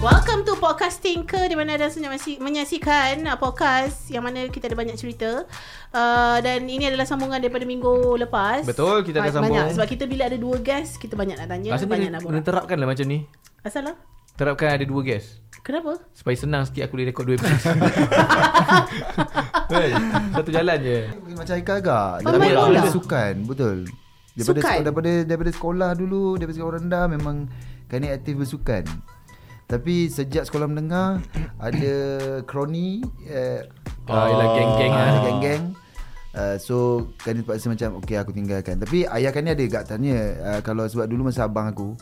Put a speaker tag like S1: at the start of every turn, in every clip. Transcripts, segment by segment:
S1: Welcome to Podcast Thinker di mana anda sedang menyaksi- menyaksikan uh, podcast yang mana kita ada banyak cerita. Uh, dan ini adalah sambungan daripada minggu lepas.
S2: Betul, kita ada
S1: Ba-
S2: sambung.
S1: Banyak sebab kita bila ada dua guest kita banyak nak tanya,
S2: Rasa
S1: banyak
S2: ni
S1: nak
S2: kena
S1: borak.
S2: terapkan lah macam ni
S1: Asal lah?
S2: Terapkan ada dua guest
S1: Kenapa?
S2: Supaya senang sikit aku boleh rekod dua episode Betul? Satu jalan je
S3: Macam Haikal agak
S1: Pemain
S3: Daripada-
S1: bola.
S3: Daripada sukan Betul Daripada,
S1: Sukan.
S3: Sek- daripada, daripada sekolah dulu Daripada sekolah rendah Memang Kani aktif bersukan Tapi sejak sekolah menengah Ada Kroni uh,
S2: Ah, yelah, geng-geng lah.
S3: Ada geng-geng Uh, so Kani terpaksa macam Okay aku tinggalkan Tapi ayah Kani ada kat tanya uh, Kalau sebab dulu masa abang aku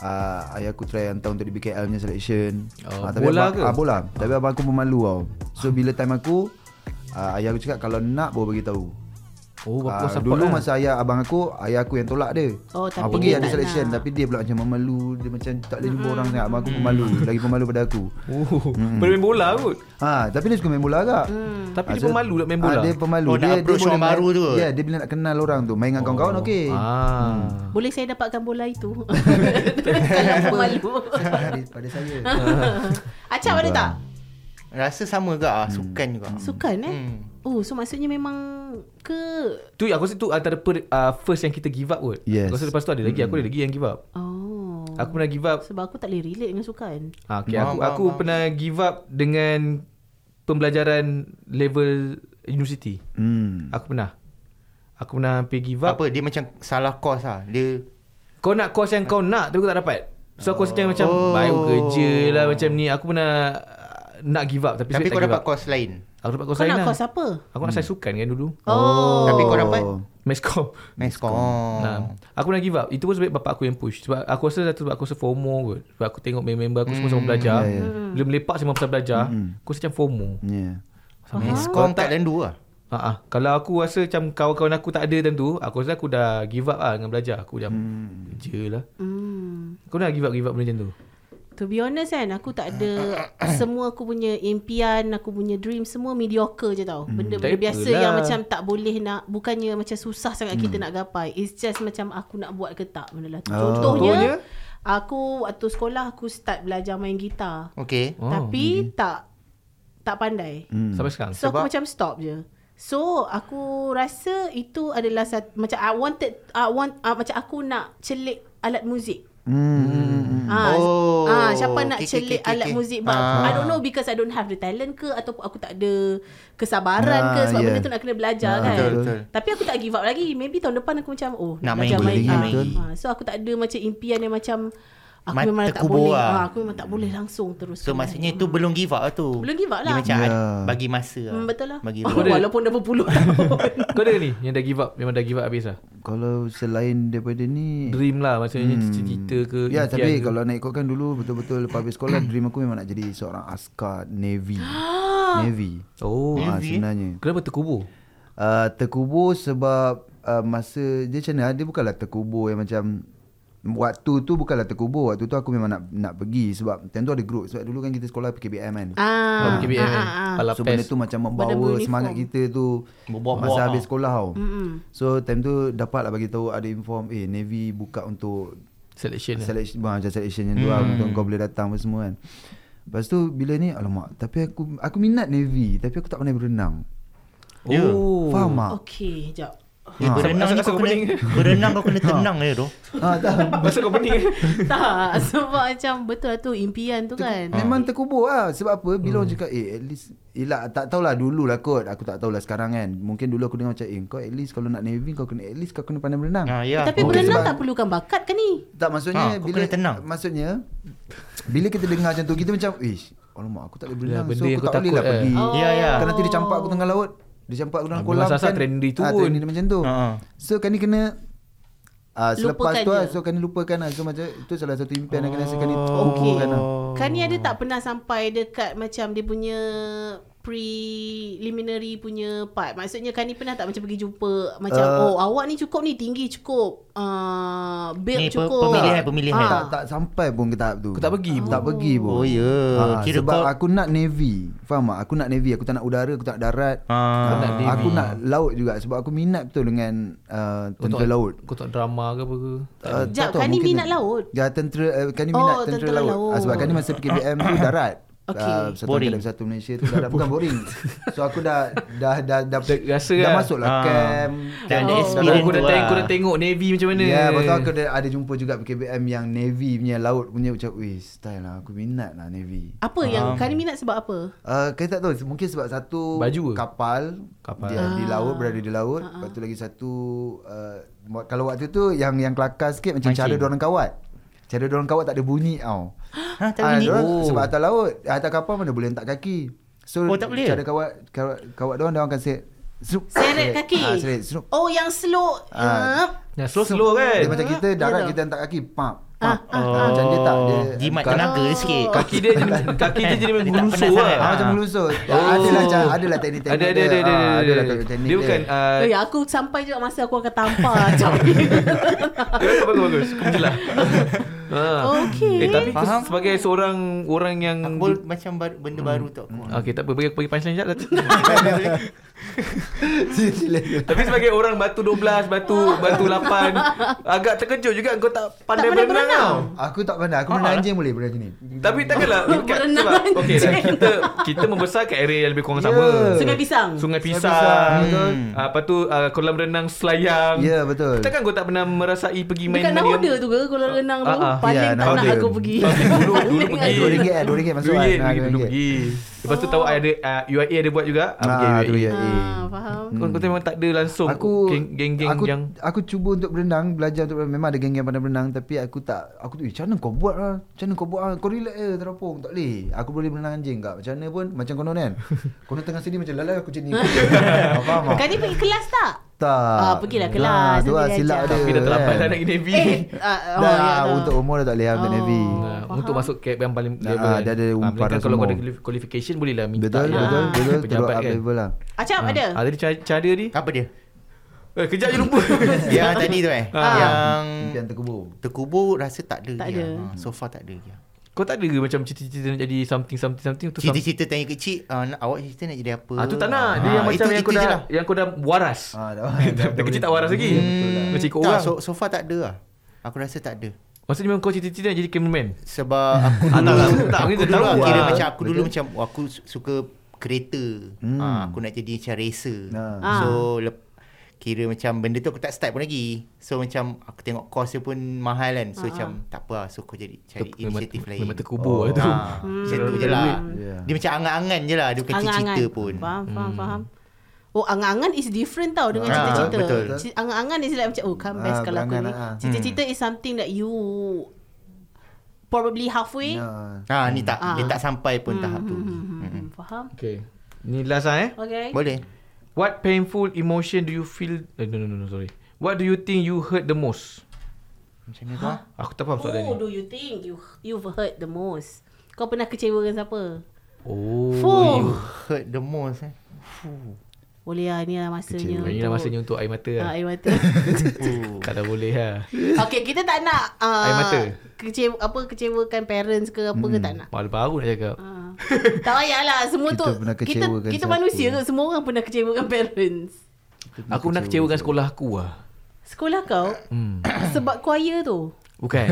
S3: uh, Ayah aku try hantar untuk di BKL punya selection
S2: Oh,
S3: Ah, tapi
S2: bola
S3: abang,
S2: ke?
S3: Ah, bola. Tapi abang aku pemalu tau. So bila time aku ah, ayah aku cakap kalau nak baru bagi tahu.
S2: Oh bapak
S3: Ah,
S2: uh, support
S3: dulu
S2: lah
S3: masa ayah abang aku, ayah aku yang tolak dia.
S1: Oh, tapi
S3: Ah, pergi
S1: dia
S3: ada
S1: tak
S3: selection
S1: nak.
S3: tapi dia pula macam memalu, dia macam tak boleh jumpa orang sangat. Abang aku pemalu, lagi pemalu pada aku.
S2: Oh, Bermain bola kot
S3: Ha, tapi dia suka main bola agak.
S1: Mm. Hmm.
S2: Tapi dia
S3: so-
S2: pemalu nak main
S3: ah,
S2: bola
S3: dia pemalu.
S4: Oh, nak
S3: dia
S4: approach
S3: boleh
S4: orang
S3: main-
S4: baru tu.
S3: Ya, dia bila nak kenal orang tu, main dengan kawan-kawan okey.
S2: ah.
S1: Boleh saya dapatkan bola itu? Kalau pemalu.
S3: Pada, pada saya.
S1: Acap ada tak?
S4: Rasa sama juga ah, sukan juga.
S1: Sukan eh?
S4: Hmm.
S1: Oh, so maksudnya memang ke
S2: Tu aku rasa tu antara per, uh, first yang kita give up kot
S3: Yes.
S2: Aku rasa lepas tu ada lagi Aku ada lagi yang give up
S1: Oh.
S2: Aku pernah give up
S1: Sebab aku tak boleh relate dengan sukan.
S2: ah, okay, Aku
S4: Faham, faham,
S2: aku
S4: faham.
S2: pernah give up dengan Pembelajaran level university
S3: Hmm.
S2: Aku pernah Aku pernah hampir give up
S4: Apa dia macam salah course ah. Dia
S2: Kau nak course yang kau nak Tapi kau tak dapat So aku rasa macam oh. Baik kerja lah Macam ni Aku pernah uh, Nak give up Tapi,
S4: tapi
S2: sebab
S4: kau
S2: tak
S4: dapat
S2: give up.
S4: course lain.
S2: Aku dapat course
S1: Kau
S2: lain
S1: nak
S2: lah
S1: kos apa?
S2: Aku nak saya sukan kan dulu
S1: Oh.
S4: Tapi kau dapat
S2: Mescom
S4: Mass course.
S2: Nah, aku nak give up Itu pun sebab bapak aku yang push Sebab aku rasa satu Sebab aku rasa FOMO kot Sebab aku tengok member aku semua sama belajar
S3: ya, ya.
S1: Hmm.
S2: Bila melepak semua pasal belajar Aku rasa macam FOMO
S3: Yeah.
S4: Mass course kat lendu ah.
S2: Ha ah. Kalau aku rasa macam kawan-kawan aku tak ada tentu, aku rasa aku dah give up lah dengan belajar. Aku macam hmm. kerja lah.
S1: Hmm.
S2: Kau nak give up give up benda macam tu?
S3: Hmm.
S1: To be honest kan, aku tak ada semua aku punya impian, aku punya dream semua mediocre je tau. Benda-benda
S2: Hmm, Tak
S1: biasa
S2: apalah.
S1: yang macam tak boleh nak, bukannya macam susah
S2: Hmm.
S1: sangat kita nak gapai. It's just macam aku nak buat ke tak benda lah. tu.
S2: Oh,
S1: Contohnya, aku waktu sekolah aku start belajar main gitar.
S4: Okey.
S2: Oh,
S1: Tapi tak tak pandai.
S2: Hmm. Sampai sekarang.
S1: So
S4: Sebab-
S1: aku macam stop je. So aku rasa itu adalah satu, macam I wanted I want uh, macam aku nak celik alat muzik.
S3: Hmm.
S1: Ah,
S4: Oh,
S1: ah, siapa nak
S4: okay, okay,
S1: celik
S4: okay, okay.
S1: alat muzik but I
S4: Ah.
S1: don't know because I don't have the talent ke ataupun aku tak ada kesabaran ke
S3: Ah,
S1: sebab
S3: yeah.
S1: benda tu nak kena belajar
S3: Ah,
S1: kan.
S4: Betul betul.
S1: Tapi aku tak give up lagi. Maybe tahun depan aku macam oh
S4: Nak main
S1: belajar
S4: lagi,
S3: nak
S1: ah,
S3: main lagi.
S1: ah. So aku tak ada macam impian yang macam aku
S4: Mata
S1: memang tak
S4: kubur
S1: boleh.
S4: lah.
S1: Ah, aku memang tak boleh langsung terus.
S4: So maksudnya tu belum give up lah tu.
S1: Belum give up
S4: Dia
S1: lah.
S4: macam
S3: Ya.
S4: ad- bagi masa lah.
S1: Hmm, betul lah.
S4: Bagi
S1: Oh,
S2: Kau ada-
S1: walaupun dah berpuluh tahun.
S2: Kau ada ni yang dah give up, memang dah give up habis lah.
S3: Hmm. Kalau selain daripada ni
S2: Dream lah maksudnya hmm. cita-cita ke
S3: Ya
S2: impian
S3: tapi
S2: ke.
S3: kalau nak ikutkan dulu Betul-betul lepas habis sekolah Dream aku memang nak jadi seorang askar Navy Navy
S2: Oh.
S3: ha,
S4: Navy, eh?
S3: Sebenarnya
S2: Kenapa terkubur?
S3: uh, Terkubur sebab uh, Masa dia macam mana Dia bukanlah terkubur yang macam Waktu tu bukanlah terkubur Waktu tu aku memang nak nak pergi Sebab time tu ada group Sebab dulu kan kita sekolah PKBM kan
S1: ah.
S2: Kalau KBM kan. Pala
S3: So benda
S2: pes. lah.
S3: tu macam
S1: Benda
S3: membawa
S1: uniform.
S3: semangat kita tu
S4: Berbual-bual
S3: Masa
S4: tau.
S3: habis sekolah tau
S1: ah. Mm-mm.
S3: So time tu dapat lah bagi tahu Ada inform Eh Navy buka untuk
S2: Selection lah.
S3: selection bah, macam selection yang dua hmm. untuk kau boleh datang apa semua kan. Lepas tu bila ni alamak tapi aku aku minat navy tapi aku tak pandai berenang.
S4: Ya.
S2: Oh.
S3: Faham tak?
S1: Okey, jap.
S4: Eh, berenang ni
S2: Asal- asal kau
S4: kau kena berenang kau kena tenang je tu.
S3: Ha tak.
S2: Masa kau pening eh?
S1: tak, sebab macam betul lah tu impian tu kan.
S3: Memang terkubur lah Sebab apa Bila orang cakap Eh at least Yelah tak tahulah dulu lah kot Aku tak tahulah sekarang kan Mungkin dulu aku dengar macam Eh kau at least Kalau nak navy Kau kena at least Kau kena pandai berenang
S4: Ha
S1: Eh,
S4: ya.
S1: Tapi
S3: Okey,
S1: berenang
S3: sebab-
S1: tak perlukan bakat kan ni?
S3: Tak maksudnya
S4: Ha, kau kena tenang.
S3: Maksudnya Bila kita dengar macam tu Kita macam Ish Alamak aku tak boleh berenang
S2: benda
S3: So
S2: yang
S3: aku
S2: kau
S3: tak boleh lah
S2: takut, eh.
S3: pergi
S1: Oh.
S4: Ya ya.
S3: Kan nanti dia campak aku tengah laut Dia campak aku dalam
S2: Habis
S3: kolam
S2: masa-masa trendy tu
S3: ah,
S2: pun.
S3: trendy dia macam tu
S4: Ha, ha.
S3: So kan ni kena ah, Selepas
S1: Lupakan
S3: tu lah
S1: je.
S3: So kan ni lupakan lah So macam Itu salah satu impian yang kena rasa kan ni
S1: Okey.
S3: terkuburkan lah.
S1: Kan ni ada tak pernah sampai dekat macam dia punya preliminary punya part. Maksudnya kan ni pernah tak macam pergi jumpa macam uh, oh awak ni cukup ni tinggi cukup uh, build
S4: Ni pe-
S1: cukup.
S4: pemilihan- pemilihan.
S1: Ah.
S3: eh, Tak tak sampai pun ke tahap tu.
S2: Aku tak pergi pun.
S3: Tak pergi pun.
S4: Oh, ya.
S3: Ha,
S4: Kira
S3: sebab
S4: kau-
S3: aku nak navy. Faham tak? Aku nak navy, aku tak nak udara, aku tak nak darat.
S4: Ha.
S3: Ah,
S2: nak navy.
S3: aku nak laut juga sebab aku minat betul dengan uh,
S2: Kau
S3: tentera
S2: tak-
S3: laut.
S2: Kau tak drama ke apa ke
S1: Oh.
S3: Uh,
S1: Jap, Kani kan minat laut?
S3: Ya, tentera, uh, Kani
S1: Oh,
S3: minat tentera,
S1: tentera
S3: laut.
S1: laut.
S3: Ah, sebab Kani masa PKPM tu darat.
S1: Okay.
S3: Ah, satu
S4: Boring.
S3: Angkatan satu Malaysia tu dah, dah bukan boring. So aku dah dah dah dah,
S2: Dah rasa
S3: dah
S2: lah.
S3: masuk lah
S4: Ah.
S3: camp.
S4: Dah ada
S3: Oh.
S2: Aku dah,
S4: experience tu
S2: tengok,
S4: lah.
S2: aku dah tengok Navy macam mana
S3: Ya, yeah, lepas tu aku ada, ada jumpa juga PKBM yang Navy punya laut punya macam, weh, style lah. Aku minat lah Navy.
S1: Apa yang Kani minat sebab apa?
S3: Uh, kita tak tahu mungkin sebab satu
S2: Baju ke?
S3: kapal,
S2: Kapal.
S3: dia di laut berada di laut
S4: Ah.
S3: uh-huh. lepas tu lagi satu uh, wa- kalau waktu tu yang yang kelakar sikit macam
S4: Mancing.
S3: cara dia orang kawat cara dia orang kawat tak ada bunyi tau
S4: Ha, tak
S3: Ah,
S4: bunyi.
S3: dorang-
S4: Oh.
S3: sebab atas laut atas kapal mana boleh letak kaki so
S4: Oh, tak boleh?
S3: cara kawat kawat, kawat dia orang dia orang akan seret seret
S1: Seret kaki.
S3: ah, seret seret
S1: Oh yang slow. Ah.
S3: Ah.
S2: Yang slow-slow kan
S3: dia macam kita
S1: Ya,
S3: darat
S1: dah.
S3: kita hentak kaki pam
S1: Ah,
S3: pam Ah, macam dia tak dia
S4: Oh. Jimat
S3: bukan-
S4: tenaga dia sikit.
S2: Kaki dia macam Kaki dia jadi
S4: Dia tak
S2: macam
S4: penat
S2: rusuh
S4: sangat.
S2: lah
S3: Ah,
S4: Ah.
S3: macam melusut. Ah, Adalah macam adalah teknik-teknik.
S2: Oh. Ada ada ada
S3: dia.
S2: ada
S3: Ah,
S2: ada,
S3: adalah
S2: ada.
S3: teknik
S2: Dia bukan ah,
S1: Eh, aku sampai juga masa aku akan tampar macam ni.
S2: Bagus bagus Kau macam lah ha.
S1: Okey.
S2: Eh tapi
S4: Faham.
S2: Faham? sebagai seorang Orang yang Ah,
S4: Aku baru, macam baru, benda baru tu aku.
S2: Okay tak apa Bagi, bagi punchline sekejap lah.
S3: Sila.
S2: Tapi sebagai orang batu 12 Batu batu 8 Agak terkejut juga Kau tak pandai
S1: pandai
S2: berenang
S1: berenang.
S2: tau
S3: Aku tak pandai. Aku berenang anjing boleh berenang ni.
S2: Ah. Tapi takkanlah dekat,
S1: Berenang
S2: sebab, okay, lah,
S1: anjing.
S2: kita kita membesar ke area yang lebih kurang
S3: Ya.
S2: sama
S1: Sungai Pisang.
S2: Sungai Pisang,
S3: Pisang, betul.
S2: Hmm. Ah, Lepas tu ah, kolam renang Selayang
S3: Ya, betul.
S2: Takkan kau tak pernah merasai pergi main
S1: Dekat Nahoda tu ke kalau renang tu
S2: Ah, ah.
S1: paling
S3: Ya,
S1: tak nak
S3: Nahoda.
S1: aku pergi.
S2: Tapi dulu dulu
S1: Paling
S2: pergi.
S1: aku-
S3: Dua ringgit eh, dua ringgit masuk
S2: Dua
S3: kan.
S2: ringgit,
S3: Ah,
S2: dulu,
S3: dua
S2: dulu
S3: ringgit.
S2: pergi. Lepas tu
S1: Oh.
S2: tahu ada uh, UIA ada buat juga. Ah, pergi
S3: Ah, tu
S2: UIA.
S3: ya.
S1: Ah, faham.
S2: Kau, kau memang tak ada langsung
S3: Aku
S2: geng- geng-geng
S3: aku,
S2: yang
S3: aku cuba untuk berenang, belajar untuk berenang. Memang ada geng-geng pandai berenang tapi aku tak aku tu, "Eh, macam mana kau buat lah? Macam mana kau buat lah? Kau relax je terapung. Tak boleh. Aku boleh berenang anjing kak. Macam mana pun macam konon kan. konon tengah sedih macam lalai aku macam ni. Ah, Faham tak?
S1: Kani Kan pergi kelas tak?
S3: Tak.
S1: Ah, pergilah kelas,
S3: tu lah
S1: nanti diajar.
S3: silap dia.
S2: tapi dah terlambat
S3: kan.
S2: dah nak pergi Navy.
S1: Eh, ah, oh,
S3: dah,
S1: ya, dah.
S3: untuk umur dah tak boleh oh. untuk
S1: Oh.
S3: Navy.
S2: Nah, untuk masuk cap yang paling
S3: Ah,
S2: level.
S3: dia ada
S2: Ah,
S3: umparan
S2: melainkan kalau kau
S3: semua.
S2: ada quali- qualification boleh lah
S1: ya.
S2: minta.
S3: Betul,
S2: lah.
S3: betul, betul. Terus
S2: Pejabat
S3: up
S2: kan.
S3: level lah.
S1: Acap ada?
S2: Ah, tadi cara, cara ni.
S4: Apa dia?
S2: Eh, kejap je lupa.
S4: yang tadi tu eh.
S2: Ah.
S4: Yang
S3: Impian terkubur.
S4: terkubur rasa tak ada.
S1: Tak ada.
S4: Gia. Ha, so far tak ada. Gia.
S2: Kau tak ada ke macam cita-cita nak jadi something something something tu something?
S4: Cita-cita tanya kecil, ah, nak- awak cita nak jadi apa?
S2: Ah tu tak nak. Dia
S4: Ah,
S2: yang macam
S4: itu-
S2: yang kau
S4: itu je
S2: dah
S4: lah.
S2: yang kau dah waras.
S3: Ah, dah.
S2: Dah dah kecil tak waras lagi.
S3: Ya, betul lah.
S2: Macam ikut
S4: Hmm, tak,
S2: orang.
S4: so, so far tak ada lah. Aku rasa tak ada.
S2: Maksudnya memang kau cita-cita nak jadi cameraman.
S4: Sebab aku
S2: Ah, tak,
S4: dulu,
S2: tak, tak,
S4: aku
S2: kita
S4: dulu
S2: tahu
S4: lah. kira
S2: lah.
S4: macam aku dulu macam oh, aku su- suka kereta.
S3: Hmm.
S4: Ah, aku nak jadi macam racer.
S3: Ah.
S4: So lep, kira macam benda tu aku tak start pun lagi. So macam aku tengok kos dia pun mahal kan. So macam tak apa lah. So kau jadi
S2: Ter-
S4: cari inisiatif
S2: Ah, memang-
S4: lain.
S2: Memang terkubur
S3: Oh,
S2: lah tu.
S4: Ah,
S1: Hmm.
S4: macam tu je lah.
S3: Yeah.
S4: Dia macam angan-angan je lah. Dia bukan cita-cita pun.
S1: Faham, faham, faham. Oh, angan-angan is different tau dengan
S4: Ah,
S1: cita-cita.
S4: betul.
S1: Ci- Angan-angan is like macam, oh, kan best
S3: Ah,
S1: kalau aku ni.
S3: berangan, ah.
S1: Cita-cita is something that you probably halfway.
S3: Ya.
S4: Ha, ni tak. Dia
S1: Ah.
S4: tak sampai pun tahap tu. Mm-mm.
S1: Hmm, faham?
S2: Okay. Ni last lah eh.
S1: Okay.
S4: Boleh.
S2: What painful emotion do you feel? Eh, no, no, no, no, sorry. What do you think you hurt the most?
S4: Macam ni tu.
S2: Aku tak faham soalan
S1: Who
S2: ni.
S1: Oh, do you think you you've hurt the most? Kau pernah kecewa dengan siapa?
S2: Oh,
S1: Fuh.
S2: you
S4: Hurt the most eh.
S1: Boleh lah, ni lah masanya.
S2: Ini lah masanya untuk air mata lah.
S1: Ah, air mata.
S2: Tak dah boleh lah.
S1: okay, kita tak nak uh,
S2: Air mata. Hmm.
S1: Kecewa, apa, kecewakan parents ke apa ke tak nak.
S2: Malu baru nak cakap.
S1: Ah. tak payahlah semua
S3: Kita
S1: tu
S3: pernah
S1: kita
S3: kecewakan
S1: kita
S3: siapa?
S1: manusia tu semua orang pernah kecewakan parents.
S2: Aku pernah kecewa dengan sekolah aku lah.
S1: Sekolah kau
S2: Hmm.
S1: sebab choir tu.
S2: Bukan.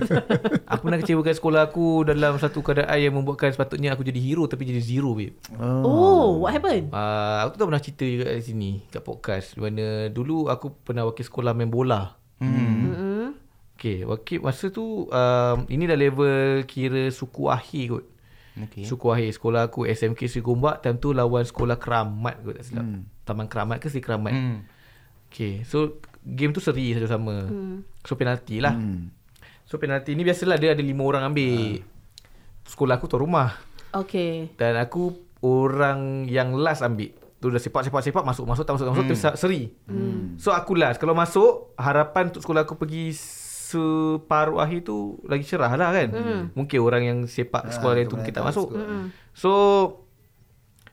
S2: aku pernah kecewakan sekolah aku dalam satu keadaan yang membuatkan sepatutnya aku jadi hero tapi jadi zero babe.
S1: Oh, oh what happened?
S2: Uh, aku tak pernah cerita juga di sini kat podcast. Di Mana dulu aku pernah wakil sekolah main bola. Ah.
S4: Hmm.
S1: Hmm.
S2: Okay, wakil masa tu um, ini dah level kira suku akhir kot.
S4: Okay.
S2: Suku akhir sekolah aku SMK Sri Gombak time tu lawan sekolah Keramat kot tak silap. Hmm. Taman Keramat ke Sri Keramat. Hmm.
S4: Hmm.
S2: Okay, so game tu seri satu sama. Hmm. So penalti lah. Hmm. Ah. So penalti ni biasalah dia ada lima orang ambil. Sekolah aku tuan rumah.
S1: Okay.
S2: Dan aku orang yang last ambil. Tu dah sepak-sepak-sepak masuk-masuk tak masuk-masuk hmm. seri. Hmm. So aku last. Kalau masuk, harapan untuk sekolah aku pergi separuh akhir tu lagi cerah ah,
S3: Ah,
S2: lah kan. Hmm. Mungkin orang yang sepak sekolah lain tu mungkin tak masuk. Hmm. So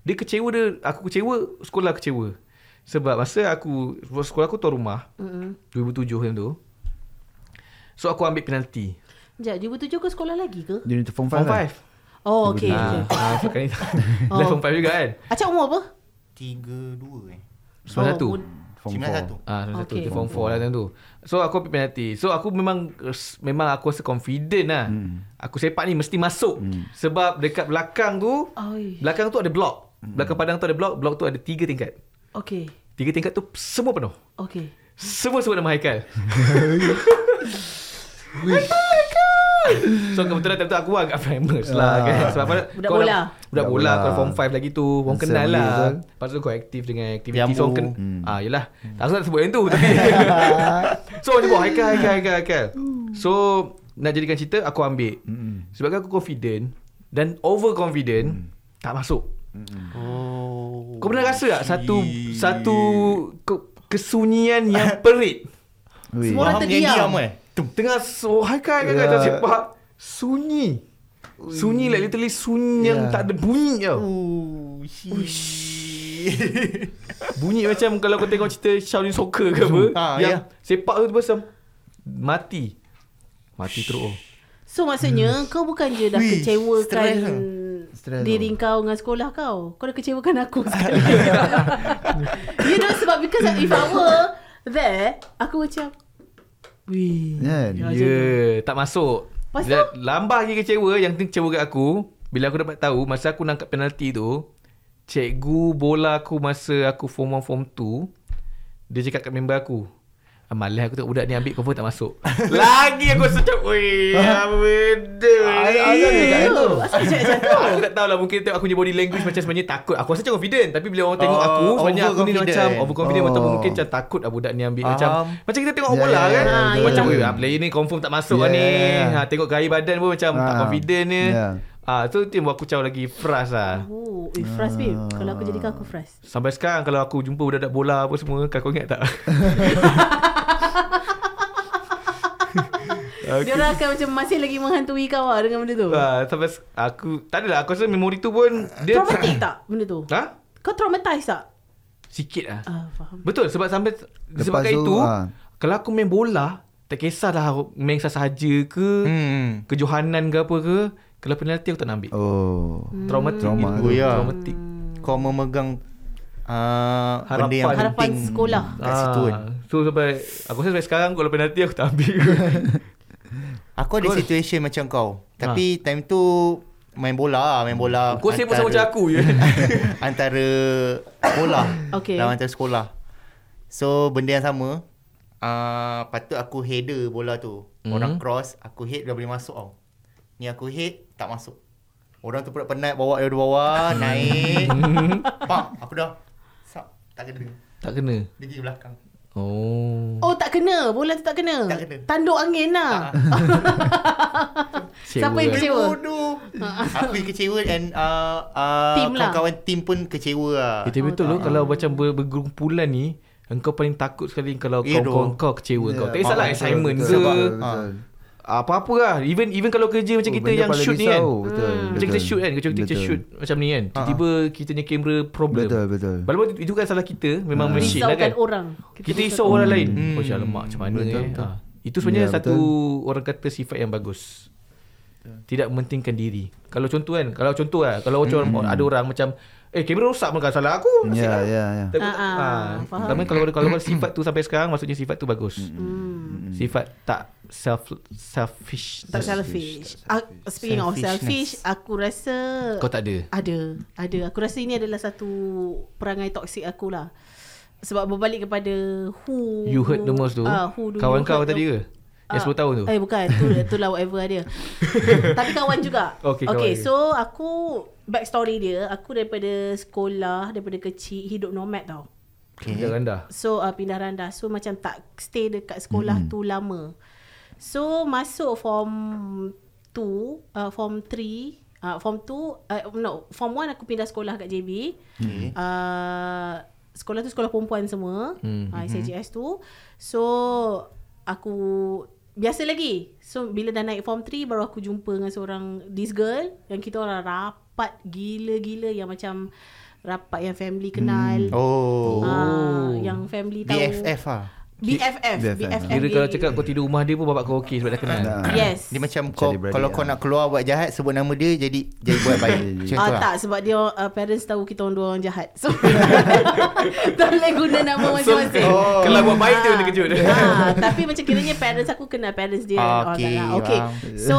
S2: Dia kecewa dia, aku kecewa, sekolah kecewa. Sebab masa aku, sekolah aku tuan rumah,
S1: Mm-mm.
S2: 2007 macam tu. So aku ambil penalti.
S1: Sekejap, 2007 kau sekolah lagi ke?
S3: Dia ni form
S2: Form
S3: 5 lah
S2: 5.
S1: Oh, okay. okay.
S2: Ha, ha, sekarang ni
S1: Oh.
S2: level 4 juga kan.
S1: Acak umur apa?
S4: Tiga dua eh.
S2: Sembilan satu.
S1: Oh,
S3: Form
S4: Sembilan
S3: 4
S4: satu.
S2: Ah, sembilan satu.
S1: Okay.
S2: Dia form 4 lah time tu. So aku ambil penalti. So aku memang memang aku rasa confident lah. Hmm. Aku sepak ni mesti masuk. Hmm. Sebab dekat belakang tu,
S1: Oi.
S2: belakang tu ada blok. Belakang padang tu ada blok, blok tu ada tiga tingkat.
S1: Okay.
S2: Tiga tingkat tu semua penuh.
S1: Okay.
S2: Semua sebut nama Haikal. So kebetulan time tu aku lah agak famous lah kan Sebab apa
S1: Budak
S2: kau
S1: bola.
S2: dah- Budak bola
S3: Budak
S2: Kau
S3: bola.
S2: form 5 lagi tu Orang
S3: Handsome
S2: kenal
S3: lagi betul.
S2: lah Lepas tu kau aktif dengan aktiviti
S4: Jambu.
S2: So orang ken- Ah yelah Tak usah nak sebut yang tu tapi So orang sebut Haikal Haikal Haikal Haikal So nak jadikan cerita aku ambil Sebab aku confident Dan overconfident Tak masuk
S1: Hmm.
S4: Oh.
S2: Kau pernah rasa tak satu Satu ke- kesunyian yang perit
S3: Weh.
S1: Semua orang
S4: Faham yang
S1: terdiam.
S4: diam eh.
S2: Tum. Tengah so hai kai kan kata
S3: Ya.
S2: sepak sunyi. Sunyi like literally sunyi yang
S3: Ya.
S2: tak ada bunyi tau.
S4: Oh, shit.
S2: Bunyi macam kalau kau tengok cerita Shaolin Soccer ke apa
S3: Ah,
S4: Ha,
S2: yang
S4: ya.
S2: sepak tu tiba macam mati. Mati teruk. oh.
S1: So maksudnya kau bukan je dah
S4: Hmm. Wih,
S1: kecewakan
S4: stress lah.
S3: Stress
S1: diri kau dengan sekolah kau. Kau dah kecewakan aku sekali. you know sebab because if I were there, aku macam Wih.
S3: Kan?
S1: Ya,
S2: Ya,
S1: macam tu.
S2: yeah, tak masuk.
S1: Lepas
S2: Bila
S1: tu?
S2: lambah lagi kecewa yang tu kecewa kat aku bila aku dapat tahu masa aku nangkap penalti tu cikgu bola aku masa aku form 1 form 2 dia cakap kat member aku "Ah, Malas aku tengok budak ni ambil confirm tak masuk Lagi aku secap Weh Apa benda
S3: Ada-
S2: ni?"
S3: ada dekat situ.
S1: Asal macam macam tu?
S2: Aku tak tahu lah Mungkin tengok aku punya body language Macam sebenarnya takut Aku rasa macam confident Tapi bila orang tengok
S4: Oh,
S2: aku Sebenarnya aku ni
S4: overconfident.
S2: macam Overconfident oh. Macam
S3: Oh.
S2: mungkin macam takut lah Budak ni ambil
S4: Faham.
S2: Macam Macam kita tengok
S3: Ya,
S2: bola
S3: ya,
S2: kan
S3: ya,
S1: ya,
S2: Macam
S3: ya.
S2: "Weh, ah, Player ni confirm tak masuk
S3: Ya,
S2: lah ni
S3: ya, ya.
S2: ha, Tengok gaya badan pun Macam tak
S3: Ah.
S2: confident ni
S3: Ya.
S2: Ah, tu timbul aku macam lagi frust lah
S1: Oh, eh, fras babe.
S4: Ah.
S1: Kalau aku jadi kau, aku fras.
S2: Sampai sekarang kalau aku jumpa budak-budak bola apa semua Kau kau ingat tak?
S1: Dia orang akan macam masih lagi menghantui kau lah dengan benda tu.
S2: Ah, sampai se- aku tak adalah aku rasa memori tu pun dia
S1: Traumatik tak benda tu?
S2: Ha?
S1: Kau traumatized tak?
S2: Sikit lah
S1: Ah, faham.
S2: Betul sebab sampai sebabkan
S3: tu,
S2: itu
S3: ah.
S2: kalau aku main bola tak kisahlah main sahaja ke hmm.
S4: Hmm.
S2: ke Johanan ke apa ke kalau penalti aku tak nak ambil.
S3: Oh
S1: Hmm.
S2: Traumatik.
S3: Trauma
S2: itu.
S4: tu. Oh, ya.
S2: Traumatik.
S4: Kau memegang uh, benda yang
S2: Harapan.
S1: Harapan
S4: penting
S1: sekolah.
S4: kat situ kan.
S2: Ah. So sampai aku rasa sampai sekarang kalau penalti aku tak ambil.
S4: Aku ada
S2: Betul. Ha.
S4: situation macam kau. Tapi time tu main bola, lah, main bola.
S2: Kau sibuk sama macam
S4: antara-
S2: aku je.
S4: antara sekolah
S1: Okay.
S4: lawan antara sekolah so benda yang sama uh, patut aku header bola tu
S2: Hmm.
S4: mm. orang cross aku head dah boleh masuk tau ni aku head tak masuk orang tu pula penat bawa dia bawah naik pam aku dah sap tak kena
S2: tak kena.
S4: dia pergi belakang
S2: Oh.
S1: Oh tak kena Bola tu tak kena
S4: Tak kena.
S1: Tanduk angin lah
S2: Ah, Kecewa
S1: Siapa yang
S2: kan?
S1: Kecewa.
S4: bodoh aku yang kecewa and uh, uh,
S1: Team lah.
S4: kawan-kawan team pun kecewa lah
S2: Kita Eh, betul
S3: Ah,
S2: loh kalau macam ber, bergumpulan ni engkau paling takut sekali kalau
S4: Ya,
S2: kawan-kawan
S4: doh.
S2: kau kecewa kau. Tak kisahlah
S4: betul,
S2: assignment
S3: Ya, betul,
S2: ke
S3: betul, betul.
S2: apa-apa lah. Even even kalau kerja macam
S3: Oh,
S2: kita
S3: benda
S2: yang
S3: paling
S2: shoot ni
S3: risau.
S2: kan.
S3: Betul,
S1: Hmm.
S2: Macam kita
S3: betul.
S2: shoot kan Kecuali kita
S3: Hmm. Betul. Ah,
S2: shoot Macam ni kan Tiba-tiba kita punya kamera problem
S3: Betul, betul. Ah.
S2: Walaupun itu- itu kan salah kita Memang mesin lah
S1: Risaukan
S2: kan
S1: orang
S2: Kita risau orang lain
S4: Hmm.
S2: Oh syah lemak macam mana
S4: Betul,
S2: eh
S4: betul.
S2: ha. Itu sebenarnya
S3: Ya,
S2: satu Orang kata sifat yang bagus Tidak mementingkan diri Kalau contoh kan Kalau contoh lah Kalau macam orang- ada orang macam Eh kamera rosak bukan salah aku
S3: Hmm. Ya,
S2: Salah.
S3: ya, ya.
S2: lah. Tapi-
S1: Ah, ah,
S2: ah,
S1: faham.
S2: tapi kalau kalau kalau sifat tu sampai sekarang maksudnya sifat tu bagus.
S3: Hmm.
S2: Sifat tak self selfish.
S1: Hmm. Tak selfish Ah, Speaking of selfish
S4: Selfishness.
S1: Aku rasa
S2: Kau tak ada.
S1: Ada Ada Aku rasa ini adalah satu Perangai toksik aku lah Sebab berbalik kepada Who
S2: You heard the most tu.
S1: Ah, who do
S2: Kawan
S1: you
S2: kau
S1: hurt the-
S2: tadi ke?
S1: Ah,
S2: Yang 10 tahun tu.
S1: Eh bukan tu, tu lah whatever lah dia Tapi kawan juga
S2: Okey, kawan
S1: okay
S2: dia.
S1: so aku Backstory dia Aku daripada sekolah Daripada kecil Hidup nomad tau
S2: Yang rendah.
S1: So uh, pindah randah So macam tak stay dekat sekolah mm-hmm. tu lama So masuk form 2 uh, Form 3 uh, Form 2 uh, No Form 1 aku pindah sekolah kat JB okay. uh, Sekolah tu sekolah perempuan semua mm-hmm. uh, SIGS tu So Aku Biasa lagi So bila dah naik form 3 Baru aku jumpa dengan seorang This girl Yang kita orang rapat Gila-gila Yang macam rapat yang family kenal.
S4: Oh.
S1: Ah, yang family tahu.
S4: BFF lah.
S1: BFF.
S3: BFF.
S1: BFF.
S2: Kira kalau cakap kau tidur rumah dia pun bapak kau okey sebab dah kenal.
S3: Nah.
S1: Ah. Yes.
S4: Dia
S3: Macam
S4: macam kau
S3: dia beradik
S4: kalau
S3: lah.
S4: kau nak keluar buat jahat sebut nama dia jadi jadi buat baik. Macam
S1: Ah
S4: tu lah.
S1: tak sebab dia uh, parents tahu kita orang dua orang jahat. So tak boleh guna nama masing-masing.
S2: oh. kalau buat baik tu dia kejut.
S1: Ha, tapi macam kiranya parents aku kenal parents dia and all
S4: Ah, okay,
S1: that lah. Okay.
S4: faham.
S1: So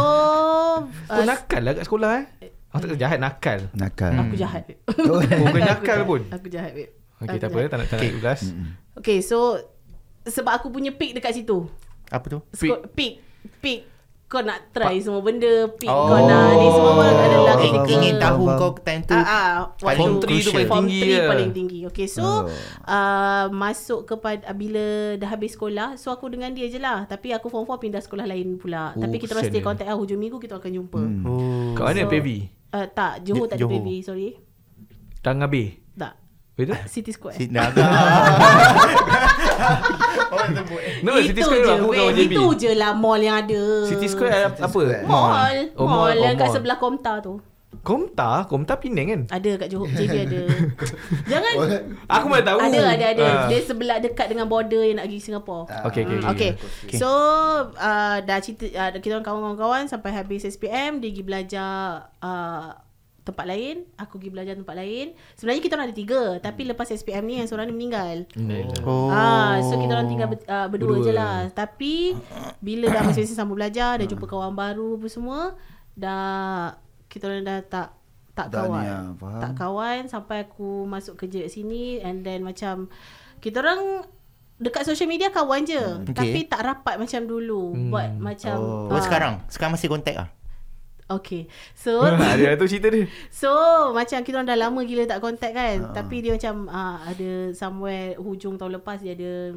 S2: Kau
S1: uh,
S2: nakal lah kat sekolah eh. Aku tak tahu jahat nakal.
S3: Nakal.
S1: aku jahat. babe.
S3: Oh,
S2: bukan
S1: Aku
S2: nakal
S1: jahat.
S2: pun.
S1: Aku jahat babe.
S2: Okey
S1: Aku
S2: tak apa
S1: jahat.
S2: eh, tak nak tak nak ulas.
S1: Okay so sebab aku punya pick dekat situ.
S4: Apa tu?
S1: Sko- Pick. Pick. Kau nak try semua benda. Pick
S4: Oh.
S1: kau nak ni semua baru ada lelaki
S4: Ingin-
S1: kecil.
S4: Ingin tahu
S3: Faham,
S4: kau time tu.
S1: Ah, ah, waktu-
S2: Form three tu paling
S1: form
S2: tinggi
S1: three
S2: je.
S1: paling tinggi. Okay, so
S3: Oh.
S1: oh. uh, masuk kepada bila dah habis sekolah, so aku dengan dia je lah. Tapi aku form 4 pindah sekolah lain pula.
S2: Oh,
S1: Tapi kita orang
S2: kesian
S1: stay
S2: dia. Hmm.
S1: contact lah. Hujung minggu kita akan jumpa.
S4: Oh.
S2: Kat mana
S1: So-
S2: PV?
S1: Uh, tak, Johor
S4: Di-
S1: tak ada
S4: Johor.
S1: baby, sorry.
S2: Tang Abe.
S1: Tak.
S2: Betul?
S1: City Square.
S4: Si naga.
S2: No, City Square tu aku kawan JB.
S1: Itu je lah mall yang ada.
S2: City Square ada apa?
S3: Square.
S1: Mall.
S2: Oh,
S1: Oh, mall,
S2: oh,
S1: yang kat
S2: mall.
S1: sebelah Komta tu.
S2: Komta, Komta Penang kan?
S1: Ada kat Johor. JB ada. Jangan.
S2: Aku mana tahu.
S1: Ada, ada, ada.
S2: Ah.
S1: Dia sebelah dekat dengan border yang nak pergi Singapura.
S2: Okey, Ah. okey.
S1: Okay, okay. okay. So uh, dah cerita uh, kita orang kawan-kawan sampai habis SPM dia pergi belajar uh, tempat lain, aku pergi belajar tempat lain. Sebenarnya kita orang ada tiga, tapi
S2: Hmm.
S1: lepas SPM ni yang seorang ni meninggal.
S4: Oh.
S1: Ah, so kita orang tinggal ber, uh, berdua, berdua je lah. Tapi bila dah masing-masing sambung belajar, dah jumpa kawan baru apa semua, dah kita orang dah tak tak
S3: Dah
S1: kawan.
S3: ni lah, faham.
S1: tak kawan sampai aku masuk kerja kat sini and then macam kita orang dekat social media kawan je okay. tapi tak rapat macam dulu hmm. buat macam
S3: Oh.
S4: Buat sekarang. Sekarang masih kontak ah.
S1: okay so
S2: Ah, Dia tu cerita dia.
S1: So macam kita orang dah lama gila tak contact kan uh. Tapi dia macam uh, ada somewhere hujung tahun lepas dia ada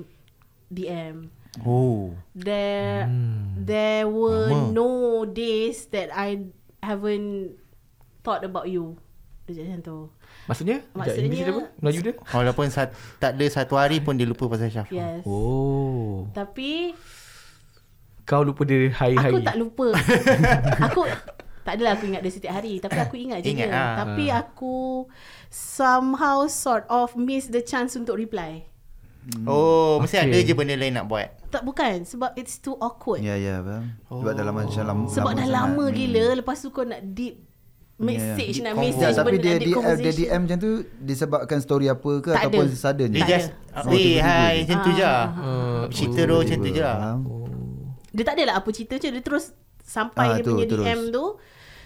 S1: DM
S4: Oh.
S1: There hmm. there were Lama. no days that I haven't thought about you Dia cakap macam tu
S2: Maksudnya? Sekejap,
S1: Maksudnya-
S2: English dia apa? Melayu dia?
S4: Walaupun sat, tak ada satu hari pun dia lupa pasal Syafa.
S1: Yes oh.
S2: Oh.
S1: Tapi
S2: Kau lupa dia hari-hari.
S1: Aku tak lupa. aku tak adalah aku ingat dia setiap hari tapi aku ingat je ingat,
S4: Ingat
S1: dia.
S3: ah.
S4: lah.
S1: Tapi
S3: Hmm.
S1: aku somehow sort of miss the chance untuk reply.
S4: Oh, mesti
S2: Okay.
S4: ada je benda lain nak buat.
S1: Tak bukan sebab it's too awkward. Yeah.
S3: Ya, ya, faham. Sebab dah lama macam lama.
S1: Sebab dah
S3: sangat. Hmm. Ya,
S1: lama gila lepas tu kau nak deep message yeah, yeah. nak message benda nak
S3: tapi dia, eh, dia,
S1: deep
S3: dia
S1: conversation.
S3: DM macam tu disebabkan story apa ke
S1: Tak
S3: ataupun
S1: ada.
S3: sudden je.
S4: Dia
S1: Tak
S4: just,
S3: ada.
S4: weh
S3: Oh, Tiba-tiba
S4: hai,
S3: je.
S4: macam tu je. lah.
S2: Ah.
S4: Cerita tu macam tu je lah.
S3: Faham?
S1: Oh. Dia tak adalah apa cerita macam dia terus sampai
S3: Ah,
S1: dia
S3: tu,
S1: punya
S3: terus.
S1: DM tu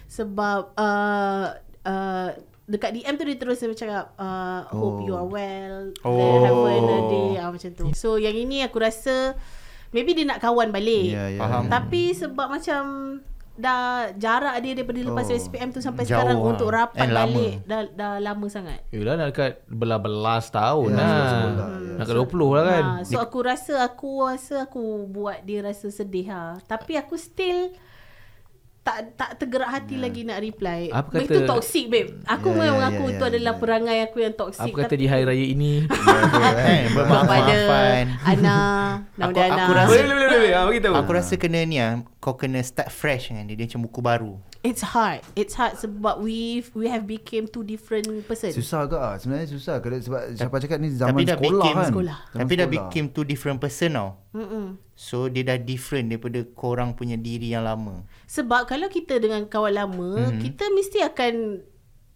S1: sebab uh, uh, dekat DM tu dia terus dia cakap uh, hope
S3: Oh.
S1: you are well
S4: Oh.
S1: oh. have a nice day ah, macam tu. So yang ini aku rasa maybe dia nak kawan balik.
S3: Ya, ya.
S4: Faham.
S1: Tapi sebab macam dah jarak dia daripada lepas
S3: Oh.
S1: SPM tu sampai
S4: Jauh
S1: sekarang
S4: lah.
S1: untuk rapat
S4: And lama.
S1: balik dah dah lama sangat.
S2: Yelah dah dekat belas-belas tahun
S3: Ya,
S2: lah.
S3: sebelas-sebelas,
S2: Nak kat 20 lah kan.
S1: Ha, so aku rasa aku rasa aku buat dia rasa sedih ha. Tapi aku still tak tak tergerak hati lagi nak reply.
S2: Apa
S1: Babe,
S2: kata-
S1: tu toxic babe. Aku
S3: Ya,
S1: yeah, memang
S3: ya,
S1: aku
S3: ya,
S1: itu
S3: ya,
S1: adalah
S3: ya.
S1: perangai aku yang toxic.
S2: Apa kata di hari raya ini?
S4: Eh,
S1: Mak pada
S4: bermaafan.
S1: Ana, lah. nama
S4: Aku-
S1: dia Ana.
S4: aku rasa-
S2: Boleh, boleh, boleh, boleh. Ha, bagi tahu.
S4: Aku rasa kena ni lah, kau kena start fresh dengan dia. Dia macam buku baru.
S1: It's hard. It's hard sebab we we have became two different person.
S3: Susah ke ah? Sebenarnya susah kerana sebab siapa cakap ni zaman
S4: Tapi dah
S3: sekolah
S4: became-
S3: kan.
S1: Sekolah.
S3: Zaman
S4: Tapi dah
S3: sekolah.
S4: became two different person tau.
S1: Mm-mm.
S4: So dia dah different daripada korang punya diri yang lama.
S1: Sebab kalau kita dengan kawan lama, mm-hmm. kita mesti akan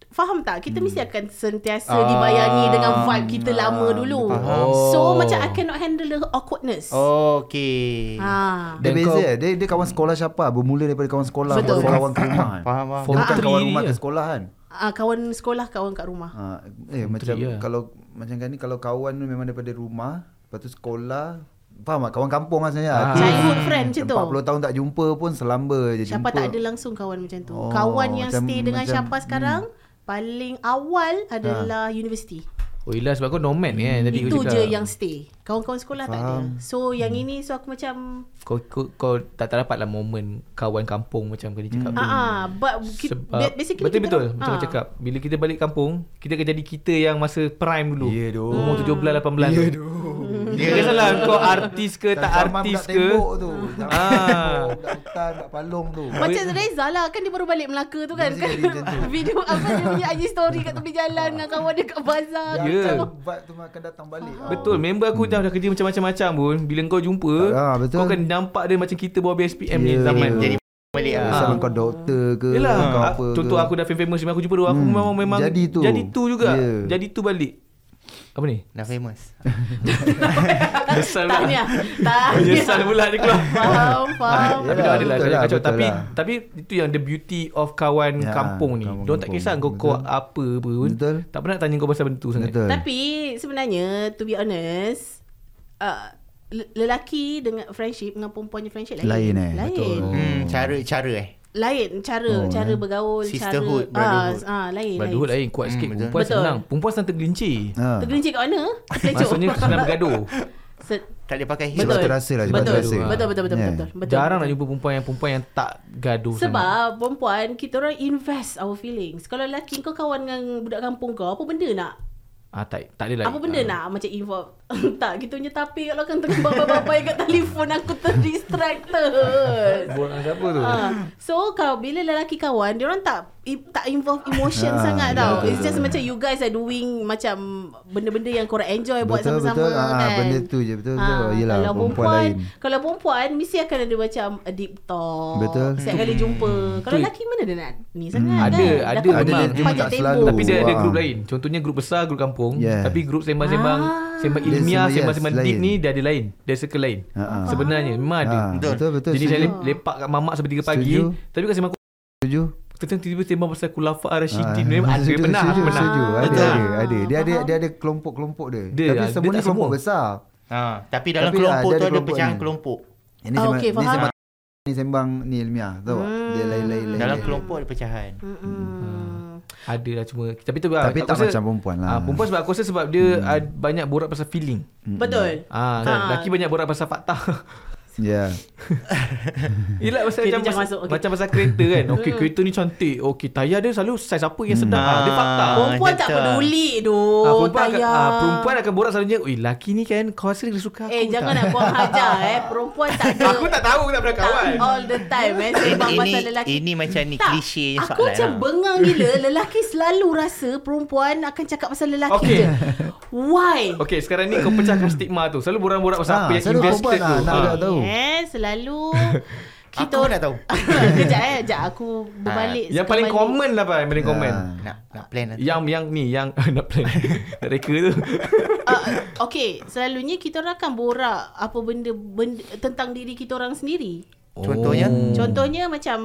S1: faham tak? Kita mm. mesti akan sentiasa
S4: Ah,
S1: ah, dibayangi dengan vibe kita ah, lama dulu.
S2: faham.
S1: So
S2: Oh.
S1: macam I cannot handle the awkwardness.
S4: Oh, okay.
S1: Ha.
S3: dia
S2: Dan
S3: beza
S2: kau-
S3: eh. dia, dia kawan sekolah siapa Bermula daripada kawan sekolah
S1: Betul.
S3: Baru kawan ke rumah kan
S4: Faham, faham.
S3: Dia bukan
S2: Form
S3: kawan
S2: three
S3: rumah
S2: ni
S3: ke
S2: je.
S3: sekolah kan
S1: Ah, kawan sekolah, kawan kat rumah.
S3: ha, Eh macam
S2: three, ya.
S3: Kalau Macam kan ni Kalau kawan tu memang daripada rumah Lepas tu sekolah Faham tak? Kawan kampung lah sebenarnya
S2: Ah.
S3: Aku
S1: Childhood friend macam tu.
S3: 40 tahun tak jumpa pun Selamba je
S1: Siapa
S3: jumpa
S1: tak ada langsung kawan macam tu.
S3: Oh,
S1: Oh, kawan yang
S3: macam-
S1: stay dengan
S3: macam-
S1: Syapa sekarang paling awal adalah universiti.
S2: Oh yelah sebab kau nomad kan tadi
S1: Itu
S2: kau cakap.
S1: je yang stay. Kawan-kawan sekolah tak ada.
S3: Faham.
S1: So yang ini so aku macam
S2: kau, kau, kau tak, tak dapat lah momen kawan kampung macam kau dia cakap
S1: ha
S2: tu.
S1: ah but ki-
S2: Sebab
S1: basically
S2: Betul
S1: kita
S2: betul
S1: orang-
S2: Macam kau
S1: ah.
S2: cakap Bila kita balik kampung Kita akan jadi kita yang masa prime dulu
S3: Ya doh
S2: Umur 17-18 tu Dia yeah. salah kau artis ke tak
S3: Samam
S2: artis
S3: kat
S2: ke.
S3: tembok tu.
S2: Ah.
S3: Ah. Kat hutan, kat palung tu.
S1: Macam Reza lah Kan dia baru balik Melaka tu kan,
S3: Ah, Dia
S1: kan
S3: mesti jadi macam tu.
S1: Video apa dia punya IG story Kat tepi jalan Dengan kawan dia kat bazar
S3: Ya.
S2: Ya.
S3: Yeah. Vibe tu akan datang balik.
S2: Betul, member aku dah, dah kerja macam-macam pun. Bila kau jumpa,
S3: Ah, betul.
S2: kau kan akan nampak dia macam kita bawa BSPM yeah. ni
S3: Yeah.
S2: zaman.
S4: Jadi balik
S3: Ah.
S4: lah.
S3: Sama kau doktor ke
S2: Yelah,
S3: kau
S2: ah,
S3: apa ke.
S2: contoh aku dah famous Aku jumpa dia, aku
S3: Hmm,
S2: memang memang
S3: jadi tu.
S2: Jadi tu juga
S3: Ya.
S2: Jadi tu balik Apa ni?
S4: Dah famous.
S3: Oh.
S2: Besar
S1: Tak Ah, ni
S2: pula
S1: lah Tak ni lah.
S2: Menyesal pula dia keluar
S1: Faham Faham
S2: Tapi
S3: Yalah,
S2: dah ada lah jadi
S3: betul lah,
S2: kacau.
S3: betul
S2: Tapi
S3: lah.
S2: Tapi itu yang the beauty Of kawan
S3: Ya,
S2: kampung ni
S3: kawan
S2: Diorang tak
S3: kampung.
S2: kisah Kau kuat
S3: Betul.
S2: apa pun
S3: Betul.
S2: Tak pernah tanya kau pasal bentu sangat
S3: Betul.
S1: Tapi sebenarnya to be honest, uh, le- lelaki dengan friendship dengan perempuannya friendship lain.
S3: Lain, eh?
S1: Lain.
S3: Betul.
S1: Betul.
S4: Hmm, cara cara eh.
S1: Lain cara
S3: Oh,
S1: oh, cara
S3: eh.
S1: bergaul,
S4: Sisterhood,
S1: cara
S4: brotherhood.
S1: ah, ah lain.
S2: Brotherhood lain lah, eh, Kuat
S4: Hmm,
S2: sikit
S4: betul.
S2: Perempuan
S1: Betul.
S2: senang Perempuan senang tergelincir
S3: Ha.
S1: Tergelincir kat mana? Terkecoh.
S2: Maksudnya senang bergaduh
S1: Se-
S4: Tak boleh pakai heels.
S3: Sebab
S1: betul.
S3: terasa lah, sebab
S1: Betul.
S2: terasa.
S1: Betul betul betul
S3: Yeah. lah
S1: betul. betul.
S2: Jarang nak
S1: betul.
S2: jumpa perempuan yang Perempuan yang tak gaduh sangat.
S1: Sebab perempuan kita orang invest our feelings. Kalau lelaki kau kawan dengan budak kampung kau, apa benda nak?
S2: ah, Tak tak ada lain
S1: Apa benda
S3: uh.
S2: Ah.
S1: nak macam involve? tak, kita punya tapi kalau kan tengah babai-babai kat telefon aku terdistracted.
S2: Buat dengan siapa tu
S1: Ah. So kalau bila lelaki kawan, dia orang tak i- tak involve emotion
S3: Ah,
S1: sangat
S3: betul,
S1: tau.
S3: betul,
S1: It's just
S3: betul.
S1: macam you guys are doing macam benda-benda yang korang enjoy buat
S3: Betul,
S1: sama-sama
S3: betul. Ah,
S1: kan.
S3: benda tu je, betul, betul.
S1: Ah,
S3: Yelah,
S1: kalau
S3: perempuan lain.
S1: Kalau perempuan mesti akan ada macam a deep talk.
S3: Betul.
S1: Setiap kali jumpa. Kalau
S2: Tu-
S1: lelaki mana dia nak ni sangat kan.
S2: Ada, ada
S1: Dapat
S2: memang.
S1: panjat
S3: Cuma tak
S1: tembok.
S3: selalu.
S2: Tapi dia ada
S3: Wah.
S2: grup lain Contohnya grup besar Grup kampung
S3: Yes.
S2: Tapi grup sembang-sembang
S1: Ah.
S2: Sembang
S3: Dia
S2: ilmiah
S3: sembang-
S2: Sembang-sembang
S3: yes,
S2: deep
S3: lain.
S2: ni Dia ada lain Dia ada circle lain
S3: Ha, ha.
S2: Sebenarnya memang ada
S3: Ah, Betul, betul.
S2: Jadi saya
S3: setuju.
S2: lep- lepak kat mamak sampai 3 pagi
S3: Setuju.
S2: Tapi kan sembang aku
S3: Setuju.
S2: Tentang tiba-tiba sembang pasal Kulafa Rashidin
S3: Ah,
S2: Memang ada
S3: setuju,
S2: Pernah
S3: setuju,
S2: pernah
S3: setuju. Ada,
S2: Pernah.
S3: ada, ada. Dia ada
S1: Faham.
S3: dia ada kelompok-kelompok dia.
S2: Dia,
S3: Tapi
S2: dia
S3: semua ni
S2: tak
S3: kelompok
S2: semua.
S3: besar.
S4: Ha, tapi dalam
S3: Tapi, ah,
S4: kelompok
S3: dia
S4: tu
S3: ada
S4: ada
S3: kelompok
S4: pecahan
S3: ni.
S4: kelompok.
S3: Ini
S1: Ah,
S3: sembang
S1: okey,
S3: ni
S1: faham.
S3: sembang ni sembang ni ilmiah, tahu tak?
S2: Hmm.
S3: Dia lain-lain lain.
S4: Dalam
S3: lain.
S4: kelompok ada pecahan.
S1: Mm-mm.
S2: Ada lah cuma Tapi tu
S3: Tapi tak macam Hmm. perempuan lah.
S2: ah, Perempuan sebab aku rasa Sebab dia ah, Banyak borak pasal feeling
S1: Betul. Ah.
S2: Ah, ha. Lelaki banyak borak pasal fakta
S3: Ya.
S2: Yelah pasal
S1: Okay,
S2: macam,
S1: dia jangan
S2: pasal,
S1: masuk, Hmm. okay.
S2: macam pasal kereta kan Okay kereta ni cantik Okay tayar dia selalu saiz apa yang sedap
S4: Hmm.
S2: ah, Dia fakta
S4: Ah,
S1: Perempuan tak
S4: betul.
S1: peduli tu.
S2: ah, perempuan, akan,
S1: tayar.
S2: ah, perempuan akan borak selalunya Ui laki ni kan kau rasa dia suka aku
S1: Eh jangan nak
S2: tak?
S1: buang hajar eh Perempuan tak ada
S2: Aku tak tahu aku tak pernah kawan
S1: tak All the time eh Sembang
S4: Ini
S1: pasal lelaki
S4: ini macam ni
S1: tak,
S4: klise je
S1: aku
S4: soalan.
S1: macam
S4: lah.
S1: bengang gila Lelaki selalu rasa Perempuan akan cakap pasal lelaki
S2: Okay.
S1: je Why?
S2: Okay sekarang ni kau pecahkan stigma tu Selalu borak-borak pasal
S3: Ah,
S2: apa yang
S3: selalu
S2: invested
S3: perempuan,
S2: tu
S3: ah, nak
S2: Ah.
S3: ada- tahu.
S1: Eh selalu Kita
S4: Aku pun nak tahu.
S1: Kejap eh Kejap aku berbalik
S2: Ah, Yang paling
S1: sekali.
S2: common lah Pak Yang paling common
S4: Nak nak plan lah.
S3: Ya.
S2: Yang yang ni Yang nak plan Nak reka tu
S1: uh, Okay Selalunya kita orang akan borak Apa benda, benda Tentang diri kita orang sendiri
S4: Contohnya?
S2: Oh.
S1: Contohnya macam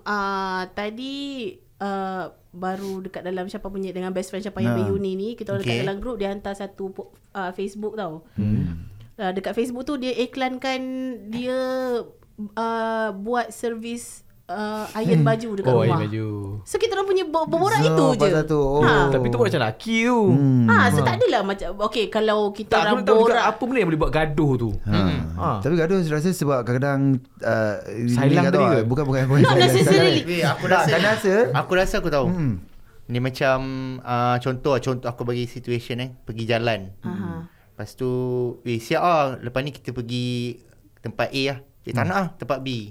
S1: uh, tadi uh, baru dekat dalam siapa punya dengan best friend siapa yang
S3: Nah.
S1: beruni ni kita orang dekat
S4: Okay.
S1: dalam group dia hantar satu po- uh, Facebook tau. Hmm. Uh, dekat Facebook tu dia iklankan dia uh, buat servis uh, iron baju dekat
S2: Oh
S1: rumah.
S2: ayam baju
S1: So kita orang punya ber- berborak
S3: So,
S1: itu je.
S3: pasal tu, oh.
S1: Ha.
S2: Ah, Tapi tu buat macam lelaki tu
S3: Hmm.
S1: Ha, so tak adalah macam okay kalau kita
S2: Tak aku
S1: orang
S2: nak tahu juga
S1: borak
S2: Apa benda yang boleh buat gaduh tu
S3: Ha.
S2: Ah.
S3: Tapi gaduh saya rasa sebab kadang-kadang uh,
S2: Sailang
S3: ni kata,
S2: tadi ke?
S3: Bukan bukan bukan.
S1: Not
S3: sailang.
S1: necessarily.
S4: Weh, aku
S3: Tak,
S4: rasa
S3: kan rasa?
S4: Aku rasa aku tahu. Hmm. Ni macam uh, contoh lah, contoh aku bagi situation eh pergi jalan.
S3: Hmm.
S1: Aha.
S4: Lepas tu weh siap ah lepas ni kita pergi tempat A lah. Eh tak
S3: Hmm.
S4: nak ah tempat B.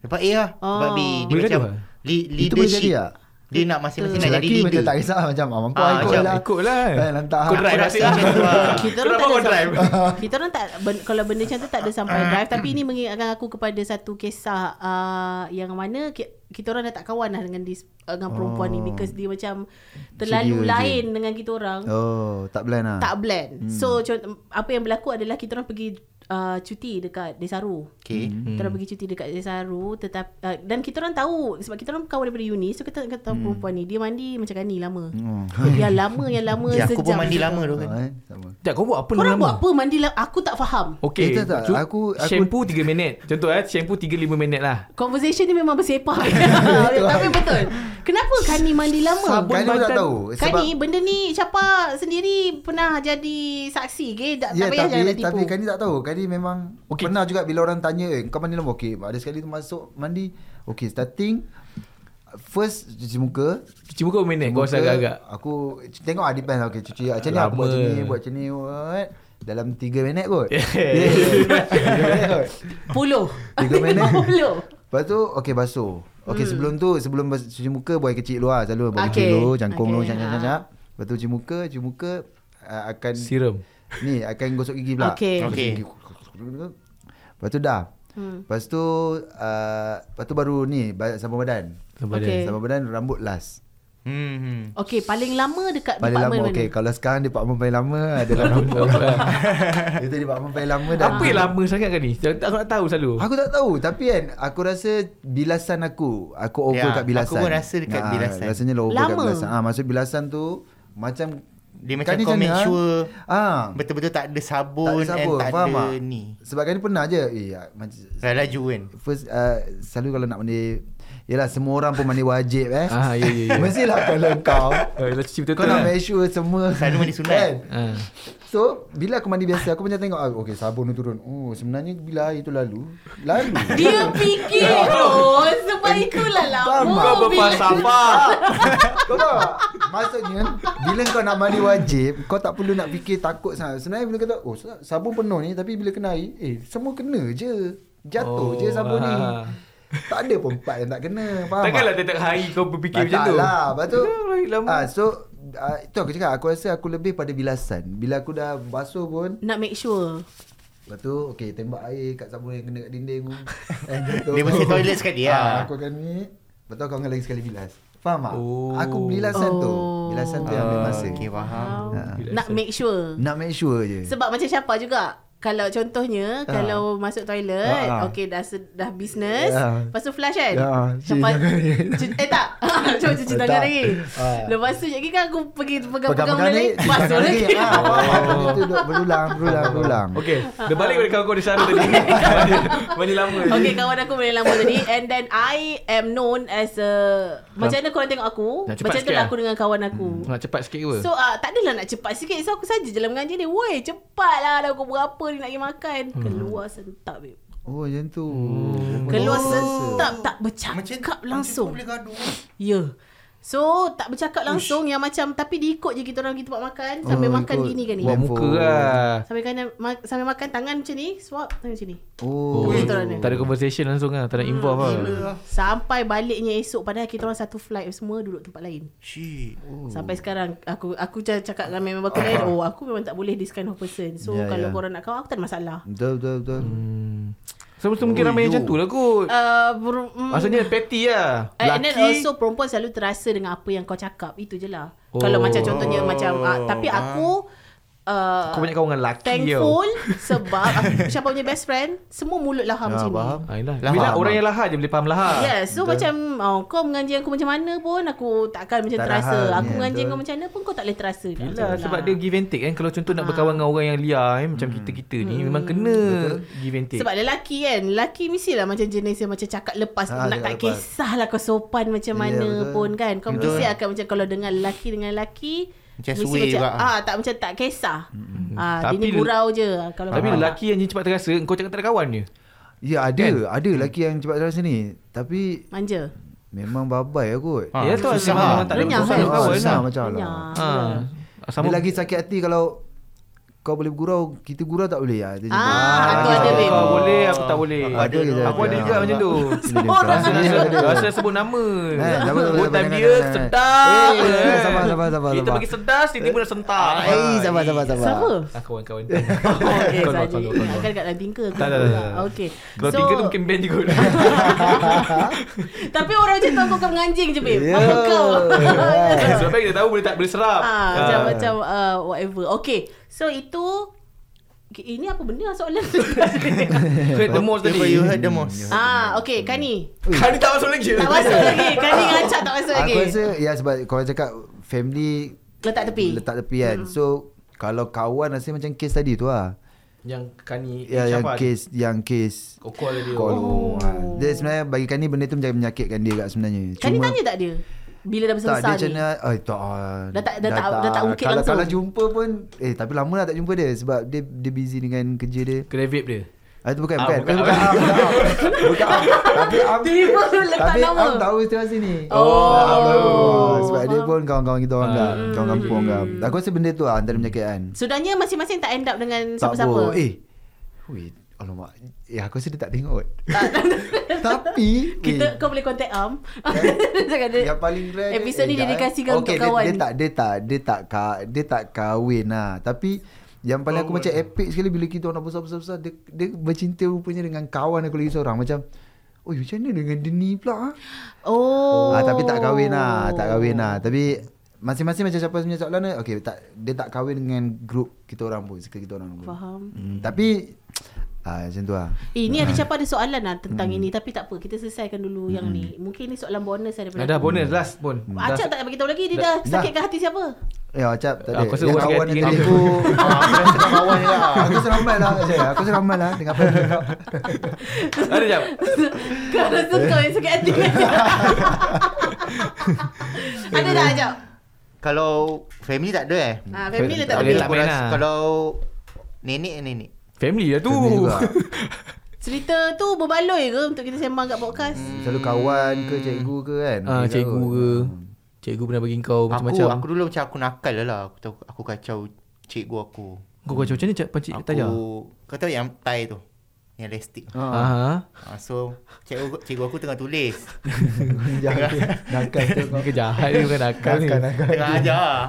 S4: Tempat A lah, tempat B.
S1: Oh.
S4: Dia
S2: Boleh
S4: macam
S2: gaduh
S4: li-
S3: Itu boleh
S4: leadership.
S3: jadi tak?
S4: Dia nak masing-masing nak jadi
S3: Lelaki macam
S4: leader.
S3: tak kisah Macam ah, mampu
S4: Ah,
S3: ah, ikut
S4: macam
S3: lah
S2: Ikut lah
S3: Kan hantar
S2: Kau drive
S4: Aku
S2: asyik
S4: rasa
S2: lah
S4: macam tu lah.
S1: Kita orang
S2: Kenapa
S1: tak
S2: kau
S1: ada
S2: drive Ah.
S1: Kita orang tak ben, kalau benda macam tu tak ada sampai drive tapi ini mengingatkan aku kepada satu kisah uh, yang mana ki, kita orang dah tak kawan lah dengan this, uh, dengan perempuan oh. ni because dia macam terlalu
S3: Sedia je.
S1: lain dengan kita orang. Oh.
S3: Oh tak blend lah
S1: Tak blend. Hmm. So contoh, apa yang berlaku adalah kita orang pergi uh, cuti dekat Desaru.
S4: Okay.
S3: Hmm.
S1: Kita orang pergi cuti dekat Desaru tetap uh, dan kita orang tahu sebab kita orang kawan daripada uni so kita kita tahu hmm. perempuan ni dia mandi macam kan, ni lama.
S3: Hmm.
S1: Yang lama yang lama
S4: Oh. Ya, aku pun
S1: sejam.
S4: mandi lama tu kan.
S3: Ah, eh, Sama
S2: Tak kau buat apa
S1: Korang buat
S2: lama-lama?
S1: apa mandi lama? Aku tak faham.
S2: Okay
S3: Eh, tak, tak.
S2: cu-
S3: Aku- aku-
S2: Shampoo 3 minit Contoh eh Shampoo 3-5 minit lah
S1: Conversation ni memang bersepah Tapi betul Kenapa Kani mandi lama?
S2: Sabun
S3: Kani pun Kan tak
S2: badan-
S3: tahu sebab,
S1: Kani benda ni Siapa sendiri Pernah jadi saksi ke Tak, tak
S3: Ya,
S1: payah jangan
S3: tapi,
S1: nak tipu
S3: tapi Kani tak tahu Kani memang
S2: Okey.
S3: okay. Pernah juga bila orang tanya eh, Kau mandi lama Okay ada sekali tu masuk mandi Okay starting First cuci muka
S2: Cuci muka berapa minit Kau Eh, rasa agak-agak
S3: Aku Tengok lah ah, depends Okay cuci Macam ni
S2: Lama.
S3: aku buat macam ni Buat macam ni buat. Dalam 3 minit kot
S2: Yes.
S3: 3 minit kot
S1: Puluh.
S3: Tiga minit.
S1: Puluh.
S3: Lepas tu okay basuh. Okay hmm. sebelum tu sebelum bas- cuci muka buai kecil dulu lah selalu buai
S1: Okay.
S3: kecil dulu cangkung
S1: Okay,
S3: dulu cangkang
S1: ha.
S3: cangkang. Lepas tu cuci muka, cuci muka uh, akan
S2: Serum.
S3: ni akan gosok gigi pula.
S1: Okay.
S3: Gosok
S4: Okay.
S3: gigi. Lepas tu dah.
S1: Hmm.
S3: Lepas tu uh, lepas tu baru ni ba- sabun badan.
S2: Sebab
S1: Okay.
S2: okay.
S3: Sabun badan rambut last.
S4: Hmm.
S1: Okay, paling lama dekat
S3: Paling
S1: department
S3: lama
S1: mana?
S3: okay. Kalau sekarang department paling lama adalah rambut. Itu department paling lama dan
S2: Apa yang lama sangat kan ni? Jangan- Aku nak tahu selalu.
S3: Aku tak tahu Tapi kan Aku rasa Bilasan aku Aku over
S4: Ya,
S3: kat bilasan
S4: aku pun rasa dekat bilasan.
S3: Rasanya lah over kat
S1: Lama.
S3: bilasan ah, Maksud bilasan tu Macam
S4: Dia macam
S3: Kan ni
S4: kau
S3: macam
S4: make
S3: mana,
S4: sure
S3: ah,
S4: betul-betul tak ada sabun,
S3: Tak ada sabun
S4: and tak
S3: Faham
S4: ada
S3: tak
S4: ni.
S3: Sebab kan ni pernah je Eh ah, macam
S4: Dah laju kan.
S3: First uh, Selalu kalau nak mandi Yelah semua orang pun mandi wajib eh
S2: Ah, ya, ya, ya.
S3: Mestilah kalau kau
S2: Eh, Dah cuci
S3: Kau
S2: betul-betul.
S3: nak
S2: lah.
S3: make sure semua kan?
S4: Selalu mandi sunat.
S2: Ah.
S3: So bila aku mandi biasa Aku macam tengok ah, Okay sabun tu turun Oh sebenarnya bila air tu lalu Lalu
S1: Dia fikir
S2: Ya.
S1: oh, sebab itulah lah. lama.
S2: Kau berfalsafah.
S3: Kau tahu tak? Maksudnya Bila kau nak mandi wajib Kau tak perlu nak fikir takut sangat Sebenarnya bila kau tahu Oh sa- sabun penuh ni Tapi bila kena air Eh semua kena je
S2: Oh,
S3: Jatuh oh, je sabun ni
S2: ah.
S3: Tak ada pun part yang tak kena Faham
S2: Takkanlah tiap-tiap hari kau berfikir macam tu.
S3: lah Lepas tu
S2: Ya, baik lama.
S3: ah, So ah, Itu aku cakap Aku rasa aku lebih pada bilasan Bila aku dah basuh pun
S1: Nak make sure.
S3: Lepas tu Okay tembak air Kat sabun yang kena kat dinding tu. Eh, tu.
S4: Dia mesti toilet sekali,
S3: Ah,
S4: ya.
S3: Aku akan ni Lepas tu aku akan lagi sekali bilas Faham tak?
S2: Oh.
S3: Aku bilasan tu
S1: Oh.
S3: Bilasan tu yang ambil masa
S4: Okay, Ah, faham.
S2: Ya.
S1: Nak make sure.
S3: Ya. Nak make sure je
S1: Sebab macam siapa juga kalau contohnya
S3: Ah.
S1: kalau masuk toilet
S3: Ah, ah.
S1: okey dah se- dah business
S3: Ah.
S1: lepas tu flush kan
S3: Ah, cuci
S1: Siapa-
S3: tangan lagi.
S1: cu- eh tak cuba cuci
S3: Eh,
S1: tangan
S3: tak.
S1: lagi
S3: Ah.
S1: lepas tu jadi kan aku pergi pegang-pegang
S3: Pegang-pegang
S1: benda
S3: ni
S1: lagi basuh lagi
S3: ah, faham. Itu duk berulang Berulang Berulang
S2: Okay. Dia balik pada kawan kau di sana tadi. Mandi- Mandi lama. je.
S1: Okay kawan aku boleh lama tadi And then I am known as a Macam mana korang tengok aku
S2: Nak cepat
S1: Macam
S2: sikit
S1: itulah
S2: lah.
S1: aku dengan kawan aku
S3: Hmm.
S2: Nak cepat sikit ke?
S1: So uh, tak adalah nak cepat sikit So aku saja je lah mengajar dia Woi cepat lah Dah pukul berapa ni nak pergi makan Keluar sentak babe
S3: Oh macam tu
S4: Hmm.
S1: Keluar
S3: Hmm. Oh.
S1: sentap tak bercakap langsung.
S4: boleh gaduh.
S1: Ya. Yeah. So tak bercakap langsung yang macam tapi diikut je kita orang pergi tempat makan sambil
S3: Oh,
S1: makan
S3: ikut.
S1: gini kan ni.
S2: Buat
S3: Handphone.
S2: muka lah.
S1: Sambil kanan ma- sambil makan tangan macam ni, swap tangan macam ni.
S3: Oh
S1: Boleh tak nak?
S2: Tak ada conversation langsung lah. Tak nak involve lah.
S1: Sampai baliknya esok padahal kita orang satu flight semua duduk tempat lain.
S4: Shit.
S2: Oh,
S3: Oh.
S1: Sampai sekarang aku aku cakap, cakap dengan member aku lain, oh aku memang tak boleh this kind of person. So yeah,
S3: Ya,
S1: kalau
S3: ya.
S1: yeah. korang nak kawan aku tak ada masalah.
S3: Betul betul betul
S4: Hmm.
S2: So, mesti mungkin ramai yang macam tu lah kot.
S1: Uh, ber- mm,
S2: Maksudnya petty lah.
S1: Uh, and then
S2: Laki.
S1: also perempuan selalu terasa dengan apa yang kau cakap itu je lah oh.
S2: Oh.
S1: kalau macam contohnya macam uh, tapi aku uh,
S2: Kau banyak kawan dengan laki
S1: thankful sebab aku, siapa punya best friend semua mulut lahar
S3: Ya,
S1: macam
S3: faham.
S1: ni
S2: Ayolah.
S4: Lahar.
S2: Bila orang yang lahar je boleh faham lahar.
S1: Yeah, so macam oh, kau mengaji aku macam mana pun aku takkan macam
S3: Tak
S1: terasa.
S3: rahang,
S1: aku
S3: ya,
S1: mengaji
S3: betul.
S1: kau macam mana pun kau tak boleh terasa. dah.
S2: Yelah,
S1: Betul
S2: sebab
S1: lah.
S2: dia give and take kan. Kalau contoh nak berkawan dengan orang yang liar eh, macam kita-kita ni memang kena give and take.
S1: Sebab lelaki kan Lelaki mestilah macam jenis yang Macam cakap lepas
S3: Ah,
S1: Nak tak
S3: cakap lepas.
S1: kisahlah kau sopan macam
S3: Ya,
S1: mana
S3: betul.
S1: pun kan Kau
S4: Betul.
S1: mesti akan macam Kalau dengan lelaki dengan lelaki
S4: Macam
S1: mesti
S4: suai juga.
S1: ah, tak macam tak kisah mm-hmm. ah, Dia ni
S2: Tapi-
S1: gurau je Ah, kalau
S2: Tapi
S1: kau tak.
S2: lelaki yang cepat terasa, kau cakap tak ada kawan je.
S3: Ya ada
S4: Kan?
S3: Ada
S4: Hmm.
S3: lelaki yang cepat terasa ni Tapi
S1: Manja
S3: Memang babai lah kot
S4: Ah,
S2: Ya tu
S4: susah.
S2: memang tak ada
S1: Renyah,
S2: tak ada
S1: kan?
S2: kawan
S3: Susah
S2: lah.
S3: macam
S1: Manja
S3: lah
S2: Ha. Ah,
S3: Sama
S2: Sama
S3: dia lagi sakit hati kalau kau boleh bergurau, kita gurau tak boleh lah.
S1: Ah,
S3: Dia macam-
S1: aku
S2: Ah,
S1: ada, babe.
S2: Kau boleh, aku tak boleh.
S4: Aku ada
S3: je.
S2: Aku ada juga
S3: Ah,
S2: macam tu.
S1: Semua orang
S2: Rasa
S3: ada.
S2: rasa- rasa sebut nama.
S3: Eh, tak apa, tak apa,
S2: Hutan
S3: jangan,
S2: dia
S3: jangan, jangan.
S2: sedap.
S3: Eh,
S2: Eh.
S3: sabar, sabar, sabar,
S2: Kita
S3: sabar.
S2: bagi sedap, tiba-tiba dah sentak.
S3: Eh, sabar, sabar, sabar.
S1: Siapa?
S2: Ah, kawan-kawan.
S1: Oh, okay,
S2: Tolong,
S1: saja.
S2: tolong, tolong.
S1: Ingatkan dekat dalam tingkah
S2: Tak, tak, tak, tak.
S1: Okay
S2: Kalau tiga tu mungkin band juga.
S1: Tapi orang macam tu Aku akan menganjing je babe
S3: Ya.
S1: Kau Ya.
S2: Sebab kita tahu boleh tak boleh serap.
S1: Ah, macam macam uh, whatever. Okay. So itu okay, ini apa benda lah soalan?
S2: Create the most
S4: Therefore
S2: tadi. Mm.
S4: you heard the most.
S1: ah, okay, Kani.
S2: Kali tak masuk lagi. Ah.
S1: Tak masuk lagi. Kani ngacak tak masuk lagi.
S3: Aku rasa ya sebab korang cakap family
S1: letak tepi. Hmm.
S3: letak tepi kan. So kalau kawan rasa macam kes tadi tu lah.
S2: Yang kani
S3: Ya, yang kes yang kes
S2: Kau call dia.
S3: call. Oh. Dia sebenarnya bagi kan ni benda tu macam menyakitkan dia kat sebenarnya.
S1: Kani tanya tak Kan dia? Bila dah
S3: tak
S1: besar-besar
S3: dia macam
S1: ni.
S3: mana eh, tak ah,
S1: Dah tak- dah tak- dah tak ungkit
S3: kalau,
S1: langsung.
S3: Kalau jumpa pun eh tapi lama lah tak jumpa dia sebab dia dia busy dengan kerja dia.
S2: Kena vape dia.
S3: Ah, itu bukan
S2: Ah,
S3: ah, pen.
S2: bukan
S3: Bukan, bukan, am, bukan, am. bukan am. Tapi am.
S1: Tiba letak
S3: Tapi
S1: nama.
S3: am tahu situasi ni. Ah,
S1: Oh.
S3: Am tahu.
S1: Oh,
S3: Sebab dia
S1: faham.
S3: pun kawan-kawan kita orang kat.
S1: Hmm.
S3: Kawan kampung
S1: okay.
S3: kat. Aku rasa benda tu lah antara penyakit kan.
S1: Sudahnya masing-masing tak end up dengan
S3: Tak
S1: siapa-siapa.
S3: boleh. Eh. Weh, alamak. Eh, aku rasa dia tak tengok. Tapi,
S1: Kita
S3: weh,
S1: kau boleh contact Am. Cakap dia-
S3: eh. yang paling rare
S1: Episod ni
S3: eh, tak,
S1: dedikasikan untuk
S3: okay,
S1: kawan.
S3: dia, dia tak dia tak dia tak ka, dia tak kahwin lah tapi yang paling aku macam epic sekali bila kita orang besar-besar-besar dia, dia bercinta rupanya dengan kawan aku lagi seorang macam Oi macam mana dengan dia ni pula ah?
S1: Oh.
S3: ah tapi tak kahwin lah, tak kahwin lah. Tapi masing-masing macam siapa punya soalan ni, okey tak dia tak kahwin dengan grup kita orang pun, circle kita orang pun.
S1: Faham.
S3: Hmm, tapi ah macam tu lah.
S1: Eh, ni ada siapa ada soalan lah
S3: Hmm.
S1: tentang ini tapi tak apa kita selesaikan dulu yang ni. Mungkin ni soalan bonus lah daripada.
S2: Dah bonus last pun.
S1: Acap Hmm. tak payah beritahu lagi dia dah,
S3: Dah.
S1: sakitkan hati siapa?
S3: Ya, Acap tak ada.
S2: Aku rasa
S3: Yang
S2: orang
S3: kawan
S2: sakit
S3: yang
S2: hati dengan
S3: tadi tu-
S4: Aku rasa kau kawan je lah
S3: Aku seramai lah Acap. Aku seramai lah dengan apa yang dia cakap.
S2: Ada jap.
S1: kau rasa kau yang sakit hati kan? ada tak Acap?
S4: Kalau family tak ada eh
S1: Ha, family letak
S2: Tak
S4: Tapi
S2: boleh
S1: tepi.
S2: tak lah. main
S4: aku rasa
S2: lah.
S4: Kalau nenek nenek
S2: Family lah tu.
S3: Family juga.
S1: Cerita tu berbaloi ke untuk kita sembang kat podcast?
S3: Selalu kawan ke cikgu ke kan
S2: Ah,
S3: Dia
S2: cikgu
S3: tahu.
S2: ke. Cikgu pernah bagi kau Oh,
S4: Aku,
S2: macam-macam.
S4: aku dulu macam aku nakal je lah aku, tahu, aku kacau cikgu aku
S2: Kau kacau macam ni cak pancik
S4: Aku
S2: tajar.
S4: Kau tahu yang tie tu Yang elastik
S3: Ha.
S2: Aha.
S4: ha, So cikgu, cikgu aku tengah tulis
S3: Jangan Nakal tu
S2: Ni kejahat ni bukan nakal ni.
S4: Tengah ajar lah.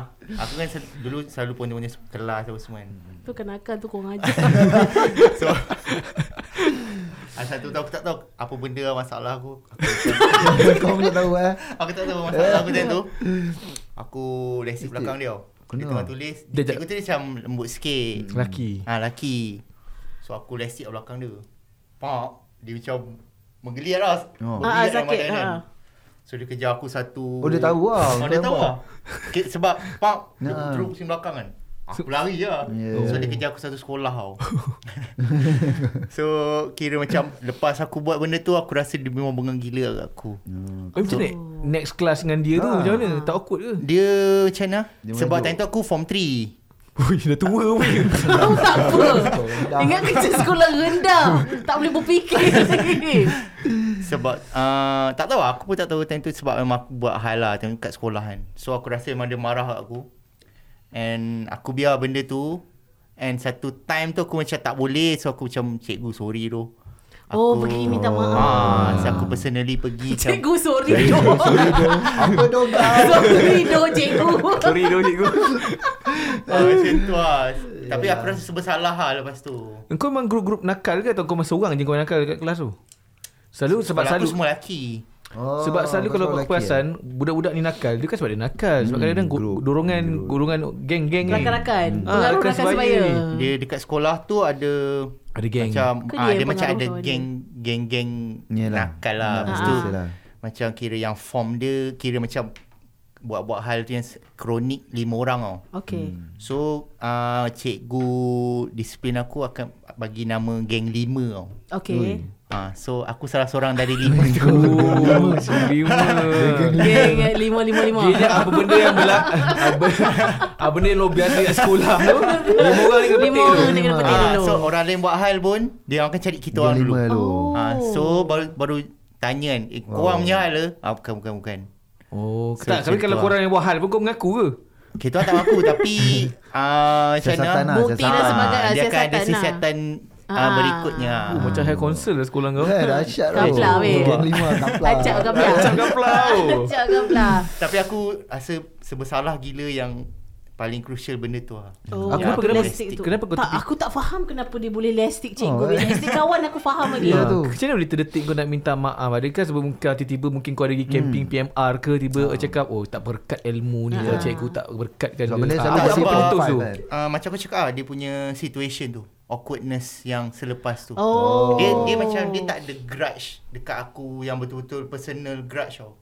S4: Aku kan sel- dulu selalu punya-punya kelas apa semua kan
S2: Hmm.
S1: Tu kenakan tu korang ajar.
S4: So Asal tu tahu aku tak tahu apa benda lah masalah aku.
S3: Kau pun tak tahu eh
S4: Oh, Aku tak tahu masalah aku macam tu. Aku lesi belakang dia. Dia
S3: Kena. Hmm.
S4: tengah tulis.
S2: Dia
S4: Dia cikgu tu dia macam lembut sikit.
S2: Laki.
S4: Ha laki. So aku lesi kat belakang dia. Pak, dia macam menggeliat lah.
S3: Oh.
S1: Ah,
S4: Menggeliat
S1: ah,
S4: dalam
S1: sakit,
S4: badan dia.
S1: ah.
S4: So dia kejar aku satu
S3: Oh, dia tahu lah.
S4: Ah, Dia
S3: Kau
S4: tahu lah
S3: nampak?
S4: Ke- Sebab Pak Dia
S3: Nah.
S4: terus pusing belakang kan Aku lari je lah
S3: Yeah.
S4: So dia kejar aku satu sekolah tau So kira macam Lepas aku buat benda tu Aku rasa dia memang bengang gila kat aku
S2: Eh, macam ni next class dengan dia tu
S3: Ah.
S2: macam mana? Tak awkward ke?
S4: Dia macam mana
S3: Dia
S4: Sebab
S3: merajuk.
S4: time tu aku form 3
S2: Ui, dah tua weh.
S1: Tahu tak apa. Ingat kerja sekolah rendah. Tak boleh berfikir lagi.
S4: Sebab uh, Tak tahu lah, Aku pun tak tahu time tu Sebab memang aku buat hal lah Time kat sekolah kan So aku rasa memang dia marah kat aku And Aku biar benda tu And satu time tu Aku macam tak boleh So aku macam Cikgu sorry tu
S1: Oh, pergi minta maaf.
S4: Ah, so aku personally pergi macam
S1: Cikgu sorry doh.
S3: Apa dong
S1: Sorry doh cikgu.
S2: Sorry doh cikgu.
S4: ah, Macam tu lah Tapi aku rasa bersalah lah lepas tu
S2: Engkau memang grup-grup nakal ke atau kau memang seorang je kau nakal dekat kelas tu? Selalu sebab
S4: Sebab
S2: selalu
S4: aku semua lelaki
S3: Oh,
S2: sebab eh? selalu
S3: kau
S2: kalau
S3: seorang
S2: aku
S3: lelaki,
S2: perasan budak-budak ni nakal dia kan sebab dia nakal sebab kadang-kadang gu-
S3: group.
S2: dorongan dorongan geng-geng ni.
S1: Rakan-rakan.
S2: Ah,
S1: Pengaruh rakan
S2: rakan sebaya
S1: sebaya.
S2: ni.
S4: Dia dekat sekolah tu ada
S2: Ada geng.
S4: Macam
S1: Hmm. Ke
S4: ah,
S1: dia
S4: Dia macam
S1: pengaruh
S4: ada
S1: kawan
S4: geng Geng-geng
S3: Yelah.
S4: Nakal lah
S3: Nak
S4: Lepas tu
S3: biasalah.
S4: Macam kira yang form dia Kira macam Buat-buat hal tu yang s- Kronik lima orang tau
S1: Okay.
S4: So uh, Cikgu Disiplin aku akan Bagi nama geng lima tau
S1: Okay.
S4: Ah, so aku salah seorang dari lima tu.
S2: Oh, lima.
S1: Geng eh, lima lima lima.
S2: Dia ingat apa benda yang belak apa, apa benda yang lo biasa kat sekolah tu Lima orang ni kena
S1: Lima
S2: petik
S1: orang
S2: tu
S1: dia kena petik
S4: Ah,
S1: dulu.
S4: so orang lain buat hal pun dia akan cari kita
S3: Dia
S4: orang dulu.
S3: lima dulu.
S1: Oh.
S4: Ah, so baru baru tanya kan, eh, korang punya hal ke? Ah, bukan bukan bukan.
S2: Oh, okay.
S4: So,
S2: tak, tapi
S4: macam
S2: kalau
S4: tu
S2: korang yang buat hal pun kau mengaku ke?
S4: Kita orang tak mampu tapi ah macam
S3: Siasatan lah,
S1: Bukti dan
S3: siasatan.
S1: sebagai
S4: Ah, dia akan ada
S1: siasatan lah.
S4: siasatan ah,
S1: Ah.
S4: berikutnya.
S2: Oh, macam high council lah sekolah kau.
S3: Eh, dahsyat tu.
S1: Kaplah, weh.
S3: Geng lima kaplah.
S1: Acap kau pula.
S2: Macam kau pelau.
S1: Acap kau pula.
S4: Tapi aku rasa sebersalah gila yang paling crucial benda tu lah.
S1: Oh, yang
S2: Aku kenapa-
S1: tu
S2: kenapa-
S1: lastik tu.
S2: kenapa kau
S1: tak,
S2: tepi-
S1: aku tak faham kenapa dia boleh lastik cikgu.
S3: Oh,
S1: Oh,
S3: eh.
S1: lastik kawan aku faham lagi.
S3: Ya,
S2: Ya,
S3: tu.
S2: Macam mana boleh terdetik kau nak minta maaf? Adakah sebelum kau tiba-tiba mungkin kau ada pergi camping PMR ke tiba kau cakap oh tak berkat ilmu ni lah cikgu tak berkatkan
S3: Sebab
S2: dia.
S3: benda
S2: Ah,
S3: selalu
S2: apa-
S4: tak
S2: apa
S4: nampak.
S2: pencetus tu?
S3: Fine, fine.
S4: Ah, macam aku cakap ah, dia punya situation tu. Awkwardness yang selepas tu.
S1: Oh.
S4: Dia dia macam dia tak ada grudge dekat aku yang betul-betul personal grudge tau.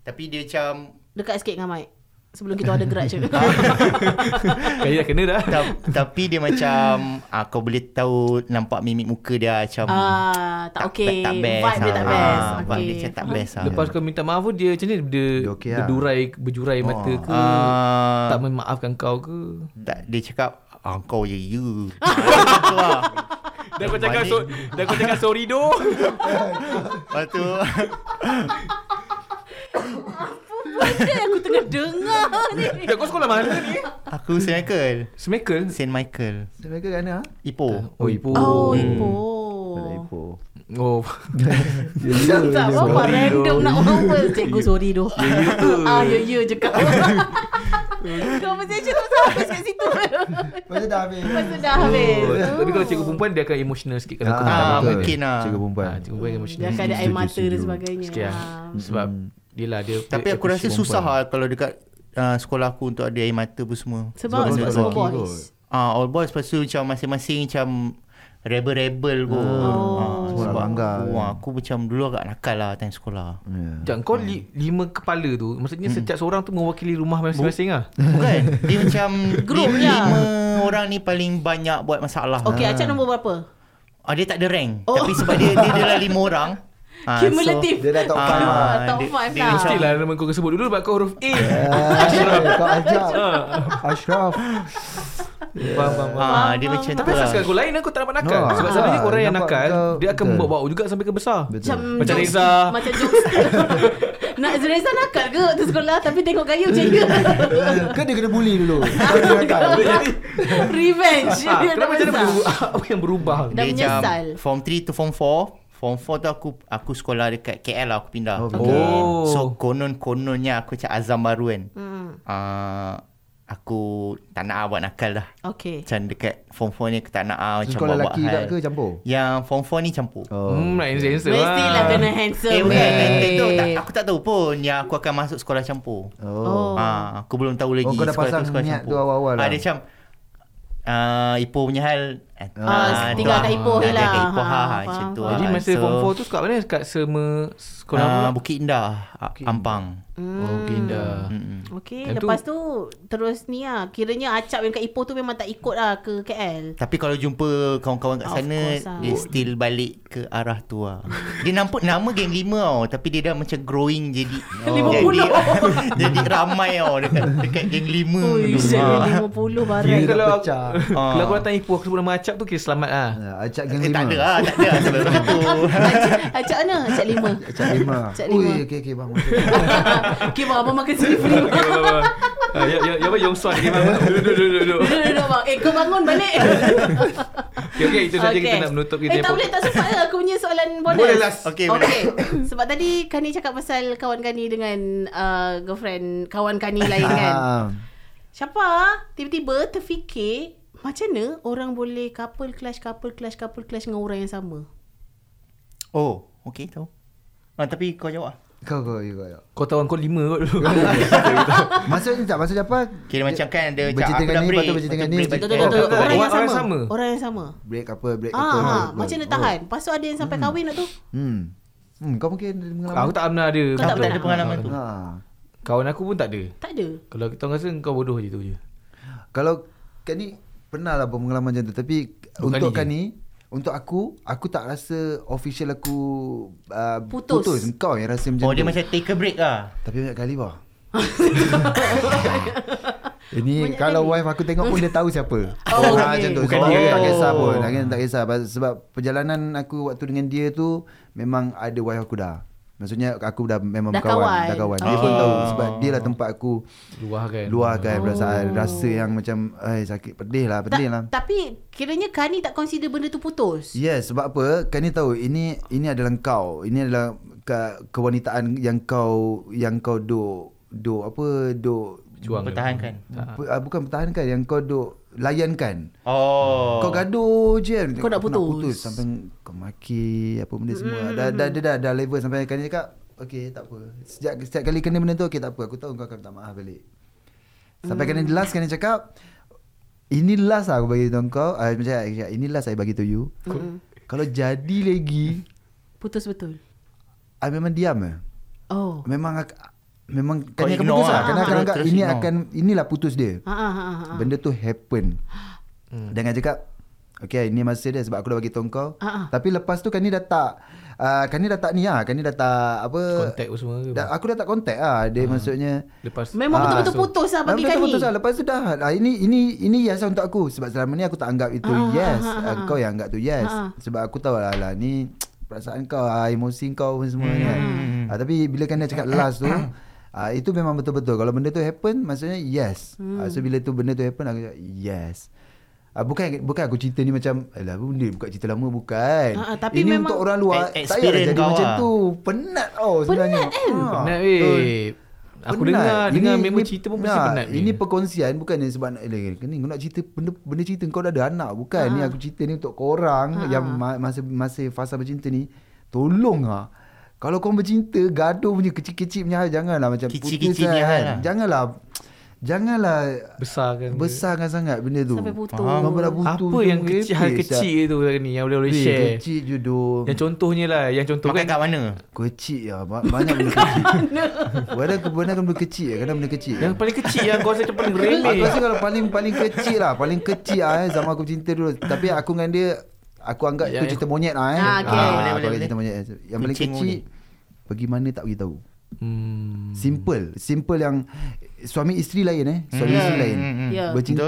S4: Tapi dia macam
S1: Dekat sikit dengan Mike. Sebelum kita ada gerak je.
S2: Kaya dah kena dah.
S4: ta- tapi dia macam ah, kau boleh tahu nampak mimik muka dia macam
S1: Ah, tak okey.
S4: tak best.
S1: Vibe dia tak best.
S4: Ah, Vibe
S1: Okey.
S4: dia macam tak best. ah.
S2: Lepas kau minta maaf pun dia macam ni dia, Oh.
S3: Dia okey lah.
S2: berdurai berjurai mata ke
S4: Ah.
S2: tak memaafkan kau ke?
S4: tak, dia cakap ah, kau je you. Ah, macam tu lah.
S2: Dah kau cakap
S4: Balik.
S2: so, Dah kau cakap sorido
S4: Lepas tu
S1: Benda yang aku tengah dengar ni.
S2: Dah kau sekolah mana ni
S4: Aku St. Michael
S2: Smekel
S4: St. Michael
S3: Saya mereka kat mana? ha?
S4: Ipoh
S2: Oh ibu
S1: Oh,
S2: Oh,
S1: Ipoh.
S5: Ipoh.
S2: oh.
S1: Tak, tak apa
S2: Sorry,
S1: random
S2: doh.
S1: nak over. Cikgu sorry doh.
S2: ya ke?
S1: Ah, ya ya je kau. Conversation tak usah habis kat situ.
S3: Masa dah habis.
S1: Masa dah habis.
S2: Oh, Tapi kalau cikgu perempuan Dia akan emotional sikit Kalau aku
S4: Ah,
S2: tak
S4: betul.
S2: tahu
S4: mungkin lah.
S3: Cikgu perempuan.
S2: Ah, Cikgu perempuan emotional
S1: Dia akan ada air mata dan sebagainya.
S2: Sikit lah
S1: Ah.
S2: Sebab Yelah dia
S4: Tapi aku rasa susah lah Kalau dekat uh, Sekolah aku untuk ada air mata pun semua
S1: Sebab
S3: Sebab
S1: sebab
S3: sebab
S1: semua
S3: lelaki
S1: boys.
S4: Ah, all boys Lepas tu macam masing-masing macam Rebel-rebel kot
S2: Ah,
S4: oh.
S3: Semua nak bangga kan.
S4: Wah, aku macam dulu agak nakal lah Time sekolah
S3: Ya.
S2: Sekejap kau li, lima kepala tu Maksudnya setiap seorang tu Mewakili rumah masing-masing lah
S4: Bukan Dia macam
S1: Group
S4: lima,
S1: lah.
S4: lima orang ni paling banyak buat masalah
S1: Okey, acak
S2: Ah.
S1: nombor berapa?
S4: ah, Dia tak ada rank oh. Tapi sebab dia Dia adalah lima orang Ah,
S1: Cumulative.
S3: Dia dah top
S4: Ah,
S3: 5 lah.
S1: Ah, top 5
S4: dia- dia
S1: lah.
S4: macam-
S2: Mestilah nama kau sebut dulu Sebab kau huruf A
S3: Ashraf. Kau ajak. Ashraf.
S2: Faham faham
S4: so,
S2: faham
S4: ah, Dia macam tu
S2: Tapi asal
S4: lah
S2: sekarang kau lain Aku tak dapat nakal
S3: No,
S2: Sebab
S3: ah,
S2: selalunya orang yang
S3: nampak
S2: nakal
S3: kau-
S2: Dia akan
S3: betul.
S2: membawa juga Sampai ke besar
S1: Macam
S2: Macam
S1: jokes-
S2: Reza.
S1: Macam jokester Nak Reza nakal ke Waktu sekolah Tapi tengok gaya macam ya
S3: Kau eh, dia kena bully dulu. Kau dia nakal.
S1: Revenge
S2: Ah,
S1: Dia
S2: Kenapa
S1: tak
S2: macam mana
S1: besar.
S2: berubah? Apa yang berubah
S1: Dah
S4: Dia
S1: menyesal.
S4: macam Form 3 to form 4 Form 4 tu aku Aku sekolah dekat KL lah Aku pindah
S3: Oh,
S2: Oh.
S4: So konon-kononnya Aku macam azam baru kan
S1: Hmm,
S4: Ah, Aku Tak nak lah buat nakal dah
S1: Okay
S4: Macam dekat form 4 ni Aku tak nak lah Macam
S3: Sekolah
S4: buat-buat
S3: lelaki tak
S4: hal
S3: ke campur?
S4: Yang form 4 ni campur
S3: Oh.
S2: Hmm nak influencer lah
S1: Mestilah kena handsome
S4: Eh bukan
S1: babe.
S4: eh, tak, tak, Aku tak tahu pun Yang aku akan masuk sekolah campur
S1: Oh.
S3: Oh.
S4: Ah, Aku belum tahu lagi
S3: Oh, kau dah
S4: sekolah
S3: pasang
S4: tu sekolah
S3: niat
S4: campur
S3: tu awal-awal
S4: ah,
S3: lah.
S4: Dia macam ah, Ipoh punya hal
S1: Ah, tinggal kat
S4: tu
S1: Ipoh
S4: ah,
S1: je lah.
S4: Tinggal kat Ipoh
S1: Ah,
S4: ha,
S1: faham,
S4: Macam tu
S1: faham.
S2: Jadi
S4: lah.
S2: masa form 4 tu Kat mana? Kat sema Sekolah
S4: ah,
S2: apa?
S4: Bukit Indah ah, Ampang
S2: Oh pindah
S1: Okay
S2: Time tu-
S1: Lepas tu Terus ni lah Kiranya Acap yang kat Ipoh tu Memang tak ikut lah Ke KL
S4: Tapi kalau jumpa kawan-kawan kat
S1: Of
S4: sana
S1: course lah.
S4: Dia still balik ke arah tu lah Dia nampak nama geng lima tau Tapi dia dah macam growing jadi
S1: Lima
S4: jadi-
S1: puluh.
S4: Jadi ramai tau dekat, dekat geng
S2: Hmm,
S4: lima
S1: Ui
S4: tu.
S1: Saya
S2: lah.
S4: Ah.
S1: 50 barang
S2: Kira
S3: dah
S2: kalau
S3: pecah.
S4: Ah.
S2: Kalau aku datang Ipoh Aku sebut nama Acap tu Kira selamat lah
S3: Ya, Ajak geng
S4: Eh,
S3: lima.
S4: tak ada lah, tak ada lah sebab tu.
S1: Acap mana? Acap lima
S3: Ajak lima.
S1: Ajak lima.
S3: Ui, okey okey bang. masuk.
S1: Okay bang Abang makan sini free bang.
S2: Okay, bang, bang. Ah, Ya, ya, ya, bang, Yong Suan. Okay, bang, bang. Duduk, duduk, duduk, duduk.
S1: Duduk duduk bang Eh kau bangun balik
S2: Okay, okay, itu saja kita
S1: Okey.
S2: nak menutup kita.
S1: Eh tak
S2: punya
S1: boleh tak sempat lah Aku punya soalan bonus
S2: Boleh last.
S4: Okey, boleh.
S1: Okay Sebab tadi Kani cakap pasal Kawan Kani dengan uh, Girlfriend Kawan Kani lain kan
S3: Ah.
S1: Siapa Tiba-tiba terfikir Macam mana Orang boleh Couple clash Couple clash Couple clash Dengan orang yang sama
S4: Oh, okey tahu. Ah, tapi kau jawab lah.
S3: Kau kau you, kau. you.
S2: Kau tahu kau lima kot dulu.
S3: Maksudnya tak maksudnya apa?
S4: Kira macam kan ada
S3: Bercerita
S4: macam aku
S3: dengan
S4: dah
S3: ni,
S4: break.
S3: lepas tu bercerita
S4: lepas
S3: dengan ni.
S4: break,
S1: Betul
S4: break,
S1: betul betul
S4: break,
S1: Orang
S4: break.
S1: yang
S2: Orang
S1: sama
S2: sama.
S1: Orang yang sama
S3: Break apa? Break
S1: Ah,
S3: apa?
S1: ah,
S3: break.
S1: macam mana tahan? Lepas tu ada yang sampai kahwin tak tu?
S3: Hmm. Hmm, kau mungkin ada pengalaman.
S2: Aku tak pernah ada.
S1: Kau tak
S2: Betul.
S1: pernah
S4: ada pengalaman tu.
S3: Ha.
S2: Kawan aku pun tak ada.
S1: Tak ada.
S2: Kalau kita orang rasa kau bodoh je tu je.
S3: Kalau kan ni pernah lah pengalaman macam tu tapi
S2: Dua
S3: untuk
S2: kali
S3: kan
S2: je.
S3: ni untuk aku aku tak rasa official aku uh,
S1: Putus.
S3: putus. Kau yang rasa macam
S4: Oh,
S3: tu.
S4: dia macam take a break lah.
S3: Tapi banyak kali bah. Ini banyak kalau kali. wife aku tengok pun dia tahu siapa.
S1: Oh, okey.
S3: Ah, macam tu.
S2: Bukan
S3: Bukan so,
S2: dia
S3: dia tak
S2: kan?
S3: kisah pun.
S2: Oh.
S3: Akhirnya tak kisah Pas- sebab perjalanan aku waktu dengan dia tu memang ada wife aku dah. Maksudnya aku dah memang
S1: Dah
S3: berkawan,
S1: kawan.
S3: dah kawan. Dia pun
S4: Okey.
S3: tahu sebab dia lah tempat aku
S2: Luah kan.
S3: luahkan
S1: Oh.
S3: oh. perasaan rasa yang macam ai sakit pedih lah,
S1: Tak,
S3: pedih lah.
S1: tapi kiranya Kani tak consider benda tu putus.
S3: Yes, sebab apa? Kan ni tahu ini ini adalah kau. Ini adalah ke, kewanitaan yang kau yang kau duk duk apa duk
S2: Juang.
S4: Pertahankan.
S3: Pe, ah, bukan pertahankan yang kau duk layankan. Oh.
S4: Oh.
S3: Kau gaduh je
S1: Kau nak
S3: Aku
S1: putus.
S3: putus Sampai kau maki Apa benda semua mm. dah, dah, dah, dah, dah level Sampai kan dia cakap Okay tak apa Sejak, Setiap kali kena benda tu Okay tak apa Aku tahu kau akan minta maaf balik Sampai mm. kena last kena cakap Ini last lah aku bagi tahu kau uh, Macam aku cakap, Ini last saya bagi tahu you mm. Kalau jadi lagi
S1: Putus betul.
S3: I memang diam lah
S1: Oh.
S3: Memang aku, Memang
S4: Kau
S3: Kena akan
S4: ignore
S3: putus
S4: lah.
S3: lah Kena akan
S4: Terus-
S3: anggap
S4: terus
S3: Ini
S4: ignore.
S3: akan Inilah putus dia
S1: Ha ha ha ha.
S3: Benda tu happen Dan kan dia cakap Okay ni masa dia sebab aku dah bagi tahu kau
S1: Ah, ah.
S3: Tapi lepas tu Kani dah tak uh, Kani dah tak ni lah Kani dah tak apa
S2: Kontak pun semua ke?
S3: dah, Aku dah tak kontak lah Dia maksudnya
S2: Lepas
S1: Memang
S3: Ah,
S1: betul-betul
S2: so-
S1: putus lah bagi
S3: Ah,
S1: Kani.
S3: betul-betul lah. Lepas tu dah ah, Ini ini ini yes lah untuk aku Sebab selama ni aku tak anggap itu
S1: Ah,
S3: yes
S1: ah, ah,
S3: Ah,
S1: ah.
S3: Kau yang anggap tu yes
S1: Ah, ah.
S3: Sebab aku tahu lah, lah Ni perasaan kau ah, Emosi kau pun
S1: Hmm.
S3: semua ni kan ah, Tapi bila kan dia cakap last tu ah, Itu memang betul-betul Kalau benda tu happen Maksudnya yes
S1: Hmm.
S3: ah, So bila tu benda tu happen Aku cakap yes Ah, bukan bukan aku cerita ni macam Alah benda bukan cerita lama bukan
S1: Ah, ah, tapi
S3: Ini
S1: memang-
S3: untuk orang luar
S4: Eh,
S3: Tak payah lah
S4: experience
S3: jadi
S4: kau eh.
S3: macam
S4: ah.
S3: tu Penat oh sebenarnya
S1: Penat kan?
S3: Ah,
S2: Penat
S3: betul.
S2: weh. Aku dengar dengar member cerita pun mesti
S3: nah,
S2: penat. weh.
S3: Ini perkongsian bukan yang sebab nak eh, kena kau nak cerita benda, benda cerita kau dah ada anak bukan.
S1: Ah.
S3: Ni aku cerita ni untuk korang yang ma- masa masa fasa bercinta ni tolong ah. Kalau kau bercinta gaduh punya kecil-kecil punya hal janganlah macam
S4: Kecil-kecil
S3: putus eh.
S4: punya hal lah.
S3: Janganlah janganlah
S2: besar kan.
S3: besarkan sangat benda tu.
S1: Sampai putus.
S3: Faham? Sampai dah putus.
S2: Apa
S3: tu
S2: yang kecil hal
S3: habis lah.
S2: kecil tu hari ni yang boleh boleh
S3: Weh,
S2: share.
S3: Kecil judul.
S2: Yang contohnya lah, yang contoh
S4: Makan
S2: kan.
S4: kat mana?
S3: Kecil lah ba- Banyak benda kecil Kadang kebenaran benda kecil lah Kadang benda kecil
S2: Yang paling kecil yang kau rasa macam paling
S3: Aku
S2: remeh.
S3: rasa kalau paling paling kecil lah Paling kecil lah eh, Zaman aku cinta dulu Tapi aku dengan dia Aku anggap
S2: Ya,
S3: itu
S2: ya.
S3: cerita monyet lah
S1: Ah,
S3: eh
S1: okey.
S3: ah, aku
S4: Boleh,
S3: anggap
S4: boleh,
S3: cerita monyet Yang paling
S4: Kucing
S3: kecil
S4: boleh.
S3: Pergi mana tak beritahu
S2: Hmm.
S3: Simple Simple yang Suami isteri lain eh Suami
S4: Hmm.
S3: isteri lain
S4: Hmm, hmm,
S1: hmm. Ya.
S3: Bercinta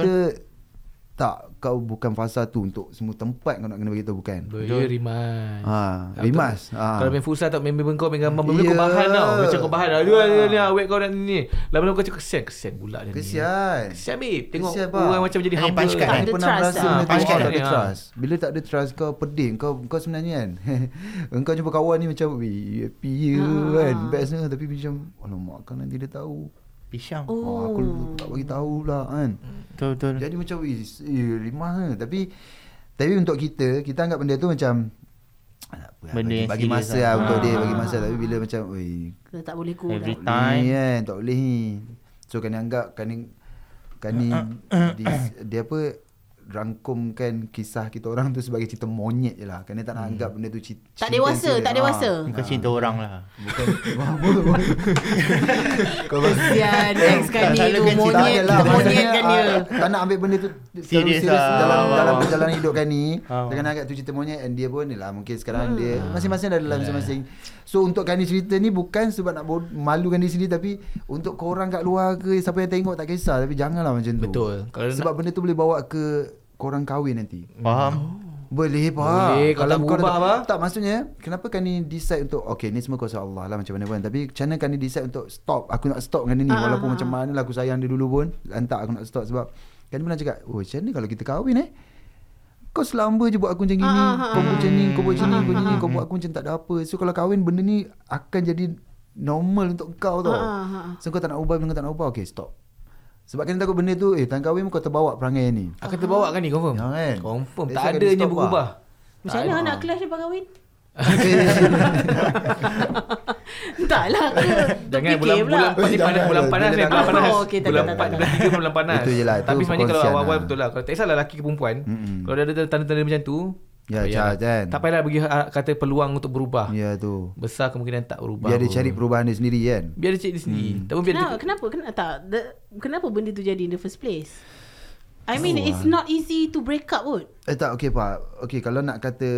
S3: Tak Kau bukan fasa tu Untuk semua tempat kau nak kena beritahu Bukan
S2: Ya rimas.
S3: Ha,
S2: Kalau
S3: rimas,
S2: tak-
S3: ha.
S2: Kalau main futsal tak main member kau main gambar member kau
S3: Ya.
S2: bahan tau. Macam kau bahan. Aduh ni ni awet kau nak ni. Lama-lama kau cakap kesian kesian pula dia ni.
S3: Kesian
S2: Kesian babe. Tengok
S3: Kesian, bang.
S2: orang macam jadi
S4: Ini
S2: humble. kan.
S4: punch card,
S1: Tak
S3: Tak
S1: ada
S3: ada pernah
S1: trust
S3: merasa
S1: lah.
S3: benda tu
S4: Punch
S3: kau
S4: card
S3: tak ada
S2: ni,
S3: trust. Bila tak ada trust kau pedih. Kau kau sebenarnya kan. Engkau jumpa kawan ni macam weh happy je
S4: Ah,
S3: kan. Best lah tapi macam alamak kan nanti dia tahu.
S4: Pisang.
S1: Oh.
S3: Oh. aku dulu tak bagi tahu lah kan.
S4: Betul betul.
S3: Jadi macam weh eh, rimah lah. Tapi tapi untuk kita kita anggap benda tu macam "Ah, apa lah,
S4: Benda
S3: bagi,
S4: yang
S3: bagi
S4: serious
S3: masa
S4: lah."
S3: lah untuk dia bagi masa tapi bila macam weh
S1: Dah tak boleh go
S4: Every
S1: dah.
S3: Time.
S4: time.
S3: Ni kan tak boleh ni. So kena anggap kena kena di, dia apa rangkumkan kisah kita orang tu sebagai cerita monyet je lah. Kena tak nak anggap benda tu cerita. Ah.
S1: Tak dewasa, tak dewasa.
S4: Bukan cinta orang lah.
S3: Bukan. Kau bang-
S1: Kesian ex Kani tu
S4: Tak, selalu kan cerita
S1: monyet,
S3: ada lah.
S1: kita
S3: Maksudnya,
S1: monyetkan dia.
S3: ah, Tak nak ambil benda tu terlalu
S4: Serius
S3: serius
S4: lah.
S3: dalam
S4: Faham,
S3: dalam
S4: faham.
S3: perjalanan hidup kan ni.
S4: Faham.
S3: Dia kena agak tu cerita monyet and dia pun ni lah mungkin
S1: Hmm.
S3: sekarang dia masing-masing dah dalam masing-masing. So untuk kan ni cerita ni bukan sebab nak bod- malukan diri sendiri tapi untuk korang kat luar ke siapa yang tengok tak kisah tapi janganlah macam tu.
S2: Betul. Kalau nak-
S3: sebab benda tu boleh bawa ke korang kahwin nanti.
S4: Faham?
S3: Boleh pak
S2: Boleh, kau tak
S3: kau dah
S2: berubah,
S3: tak,
S2: bah.
S3: tak maksudnya Kenapa kan ni decide untuk Okay ni semua kuasa Allah lah Macam mana pun Tapi macam mana kan ni decide untuk Stop Aku nak stop dengan dia ni
S1: Ah,
S3: Walaupun
S1: ah,
S3: macam mana lah Aku sayang dia dulu pun Lantak aku nak stop Sebab Kan dia pernah cakap Oh macam mana kalau kita kahwin eh Kau selamba je buat aku macam
S1: Ah,
S3: gini
S1: ah, ah.
S3: Kau buat macam ni Kau buat macam ni Kau macam ni Kau buat aku macam tak ada apa So kalau kahwin benda ni Akan jadi Normal untuk kau tau
S1: Ah, ah, ah.
S3: So kau tak nak ubah Bila kau tak nak ubah Okay stop sebab kan takut benda tu Eh tangan kahwin pun kau terbawa perangai yang ni
S2: Akan terbawa kan ni confirm?
S3: Ya, kan?
S2: Confirm.
S3: That's
S2: Tak
S3: why kena
S2: adanya
S3: stop,
S2: berubah.
S1: Macam mana nak clash lepas kahwin? Entahlah.
S2: Jangan bulan bulan
S3: pula.
S2: ni panas
S3: Jangan,
S2: bulan
S3: jangan,
S2: panas ni
S3: jangan.
S2: bulan panas.
S1: Oh, okey, tak,
S2: bulan
S1: tak, tak,
S2: empat,
S1: tak.
S2: bulan tiga bulan panas.
S3: Itu je lah, itu
S2: Tapi sebenarnya kalau
S3: perkongsian
S2: awal-awal
S3: lah.
S2: betul lah. Kalau tak kisahlah lelaki ke perempuan.
S3: Mm-mm.
S2: Kalau dia ada tanda-tanda macam tu, tak
S3: Ya,
S2: payah.
S3: charge kan.
S2: Tak payahlah bagi ah, kata peluang untuk berubah.
S3: Ya tu
S2: Besar kemungkinan tak berubah.
S3: Biar dia cari perubahan dia sendiri kan
S2: Biar dia cari dia sendiri. Tak pun biar dia
S1: Kenapa, kenapa, kenapa tak? The, kenapa benda tu jadi in the first place? I mean,
S3: Oh,
S1: it's not easy to break up kot.
S3: Eh tak okey pak. Okey kalau nak kata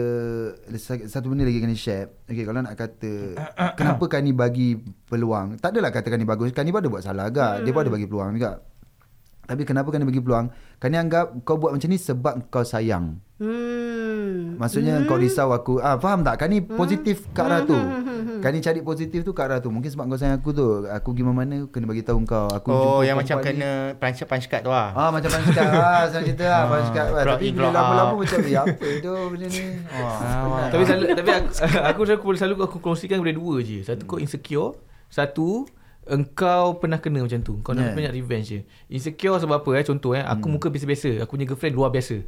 S3: sa- satu benda lagi kena share. Okey kalau nak kata kenapa Kani bagi peluang? Tak adalah kata Kani bagus. Kani pun ada buat salah agak. Dia pun ada bagi peluang juga. Tapi kenapa Kani bagi peluang? Kani anggap kau buat macam ni sebab kau sayang.
S1: Hmm.
S3: Maksudnya kau risau aku. Ah faham tak? Kani
S4: Hmm.
S3: positif kat arah tu. Kani cari positif tu kat arah tu. Mungkin sebab kau sayang aku tu. Aku pergi mana kena bagi tahu kau. Aku
S4: Oh
S3: jumpa
S4: yang macam
S3: perempuan ni.
S4: kena punch punch card tu lah.
S3: Ah macam Punch Card ah, sama cerita ah Punch Card ah,
S4: Grow
S3: Tapi
S4: in,
S3: bila
S4: grow
S3: lama-lama
S4: up.
S3: macam Eh apa tu benda ni ah, penat.
S2: Tapi selalu, tapi aku, aku selalu, selalu aku kongsikan kepada dua je. Satu
S3: Hmm.
S2: kau insecure, satu engkau pernah kena macam tu. Kau nak
S3: Yeah. Hmm.
S2: banyak revenge je. Insecure sebab apa eh contoh eh aku muka biasa-biasa, aku punya girlfriend luar biasa.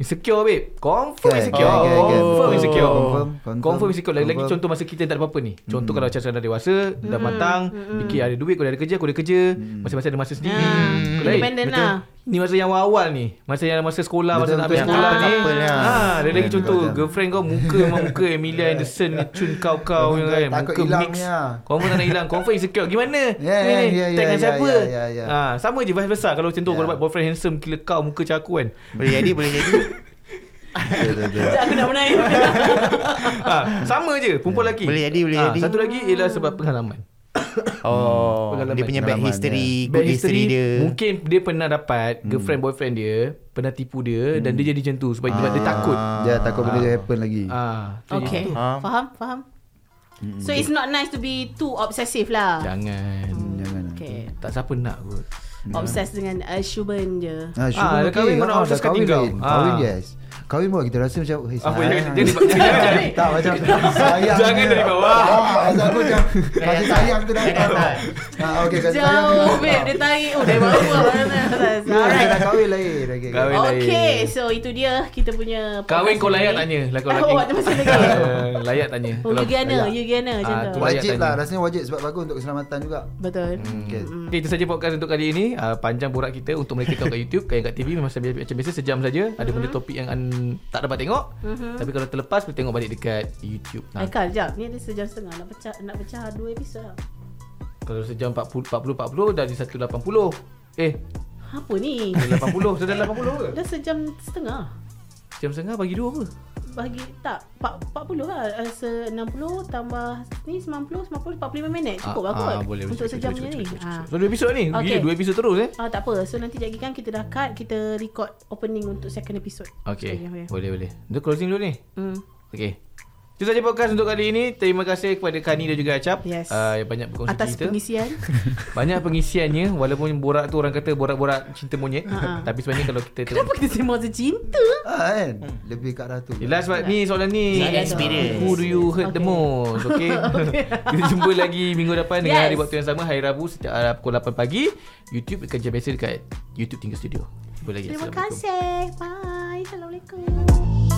S2: Insecure babe. Confirm
S3: Kan,
S2: insecure.
S3: kan, kan, kan.
S2: Confirm
S3: Betul.
S2: insecure.
S3: Confirm,
S2: Confirm,
S3: confirm,
S2: insecure. Lagi-lagi
S3: confirm. Hmm.
S2: contoh masa kita tak ada apa-apa ni. Contoh kalau macam sekarang dah dewasa, dah
S1: Hmm,
S2: matang, fikir ada duit, kau dah ada kerja, aku ada kerja,
S3: Hmm.
S2: masing-masing ada masa sendiri. Kau lain.
S1: Hmm. Independent
S2: Betul.
S1: lah.
S2: Ni masa yang awal-awal ni. Masa yang masa sekolah, masa
S3: Betul,
S2: nak
S3: betul.
S2: habis sekolah
S4: Ah,
S2: ni.
S4: couple lah.
S2: Ah, ada lagi
S3: Kan,
S2: contoh
S3: betul-betul.
S2: girlfriend kau muka memang muka Emilia Anderson ni cun kau-kau yang lain.
S3: Takut
S2: Muka
S3: hilang
S2: mix.
S3: punya.
S2: Confirm tak nak hilang. Confirm insecure. Gimana?
S3: Ya,
S2: Ni,
S3: ya,
S2: ni,
S3: ya, ya,
S2: tag dengan
S3: ya,
S2: siapa?
S3: ya, ya, ya.
S2: Ah, sama je vice versa kalau macam tu
S3: Ya.
S2: kalau dapat boyfriend handsome gila kau muka macam aku kan.
S4: Boleh jadi boleh jadi.
S3: Betul, betul.
S1: Sekejap aku dah menaik.
S2: ha, sama je perempuan lelaki.
S4: Ya.
S2: Ha,
S4: Boleh jadi, boleh jadi.
S2: Satu lagi ialah sebab pengalaman.
S4: Oh,
S2: Pengalaman. ya.
S4: dia punya bad
S3: Pengalaman,
S4: history,
S2: Bad
S4: good history, dia. Hmm.
S2: Mungkin dia pernah dapat girlfriend boyfriend dia, pernah tipu dia dan dia jadi macam tu sebab sebab
S4: Ah.
S2: dia takut.
S3: Dia takut benda dia happen lagi.
S2: Ah, tu
S1: okay.
S2: jadi tu.
S4: Ah.
S1: Faham? Faham? So it's not nice to be too obsessive lah.
S2: Jangan.
S3: Jangan.
S1: Okay.
S2: Tak siapa nak kot.
S1: Obsessed dengan uh, Shuban je.
S3: Ah, syukur
S2: Ah, dah
S3: okey.
S2: kahwin pun
S3: Ah,
S2: orang
S3: dah
S2: obsessed kan tinggal.
S3: kahwin. Kahwin
S2: Ah.
S3: yes. Kahwin pun kita rasa macam hey,
S2: Apa
S3: sayang.
S2: yang dia dia
S3: Tak macam sayang.
S2: Jangan dari bawah.
S3: Masa aku macam Kasih sayang tu dah
S4: Jangan tak.
S3: Ha okey kasih sayang. tu.
S1: Jauh babe Dia tarik Oh dia baru
S3: Ya, kita
S1: Alright
S3: dah kahwin lain. Okey. okey.
S2: Kahwin lain.
S1: Okay So itu dia Kita punya podcast
S2: Kahwin kau layak
S1: ni.
S2: tanya lah kau
S1: Oh,
S2: lelaki.
S1: ada masa lagi?
S2: Ah, layak tanya.
S1: Oh
S2: Kalau-
S1: Yugiana Yugiana macam
S2: Ah,
S1: tu
S2: tu lah.
S3: Wajib
S2: Layak
S3: lah
S2: tanya. Hmm.
S3: rasanya wajib sebab bagus untuk keselamatan juga.
S1: Betul
S3: Okey.
S2: Okay, itu saja podcast untuk kali ini. Uh, panjang borak kita untuk mereka tahu kat YouTube, kayak kat TV memang macam biasa, macam biasa sejam saja. Ada
S1: Mhm.
S2: benda topik yang an, tak dapat tengok. Tapi kalau terlepas boleh tengok balik dekat YouTube. Nah,
S1: Aikal jap Eh, Ni ada sejam setengah Nak pecah Nak pecah dua episod lah
S2: kalau sejam 40 40 40 dah di 180. Eh,
S1: Apa ni
S2: dah 80. Sudah 80 ke?
S1: Dah sejam setengah
S2: Sejam setengah bagi dua apa?
S1: Bagi tak pak- 40 lah uh, Se 60 tambah Ni 90 90 45 minit Cukup lah kot
S2: Ah, boleh,
S1: Untuk
S2: boleh,
S1: sejam
S2: boleh,
S1: je
S2: boleh,
S1: ni
S2: boleh,
S1: Ah.
S2: boleh. So, dua episod ni.
S1: Okay.
S2: Gila, dua episod terus eh.
S1: Ah tak apa. So nanti jadi kan kita dah cut, kita record opening untuk second episode.
S2: Okay,
S1: Sekejap, ya.
S2: boleh boleh. Dia closing dulu ni.
S1: Hmm.
S2: Okay. Itu saja podcast untuk kali ini. Terima kasih kepada Kani dan juga Acap
S1: Yes.
S2: ah, yang banyak berkongsi
S1: Atas
S2: cerita.
S1: pengisian.
S2: Banyak pengisiannya walaupun borak tu orang kata borak-borak cinta monyet.
S1: Ha-ha.
S2: Tapi sebenarnya kalau kita
S1: Kenapa kita semua tu cinta?
S3: Ah kan. Lebih kat arah tu.
S2: Hmm. Yelah sebab ni soalan ni
S4: Soalan experience.
S2: Who do you hurt okay. the
S1: Okay.
S2: most Okay Kita jumpa lagi minggu depan
S1: Yes.
S2: Dengan hari waktu yang sama Hari Rabu Setiap uh, pukul 8 pagi YouTube kerja biasa dekat YouTube Tinggal Studio Jumpa lagi
S1: Terima
S2: Assalamualaikum.
S1: kasih. Bye. Assalamualaikum.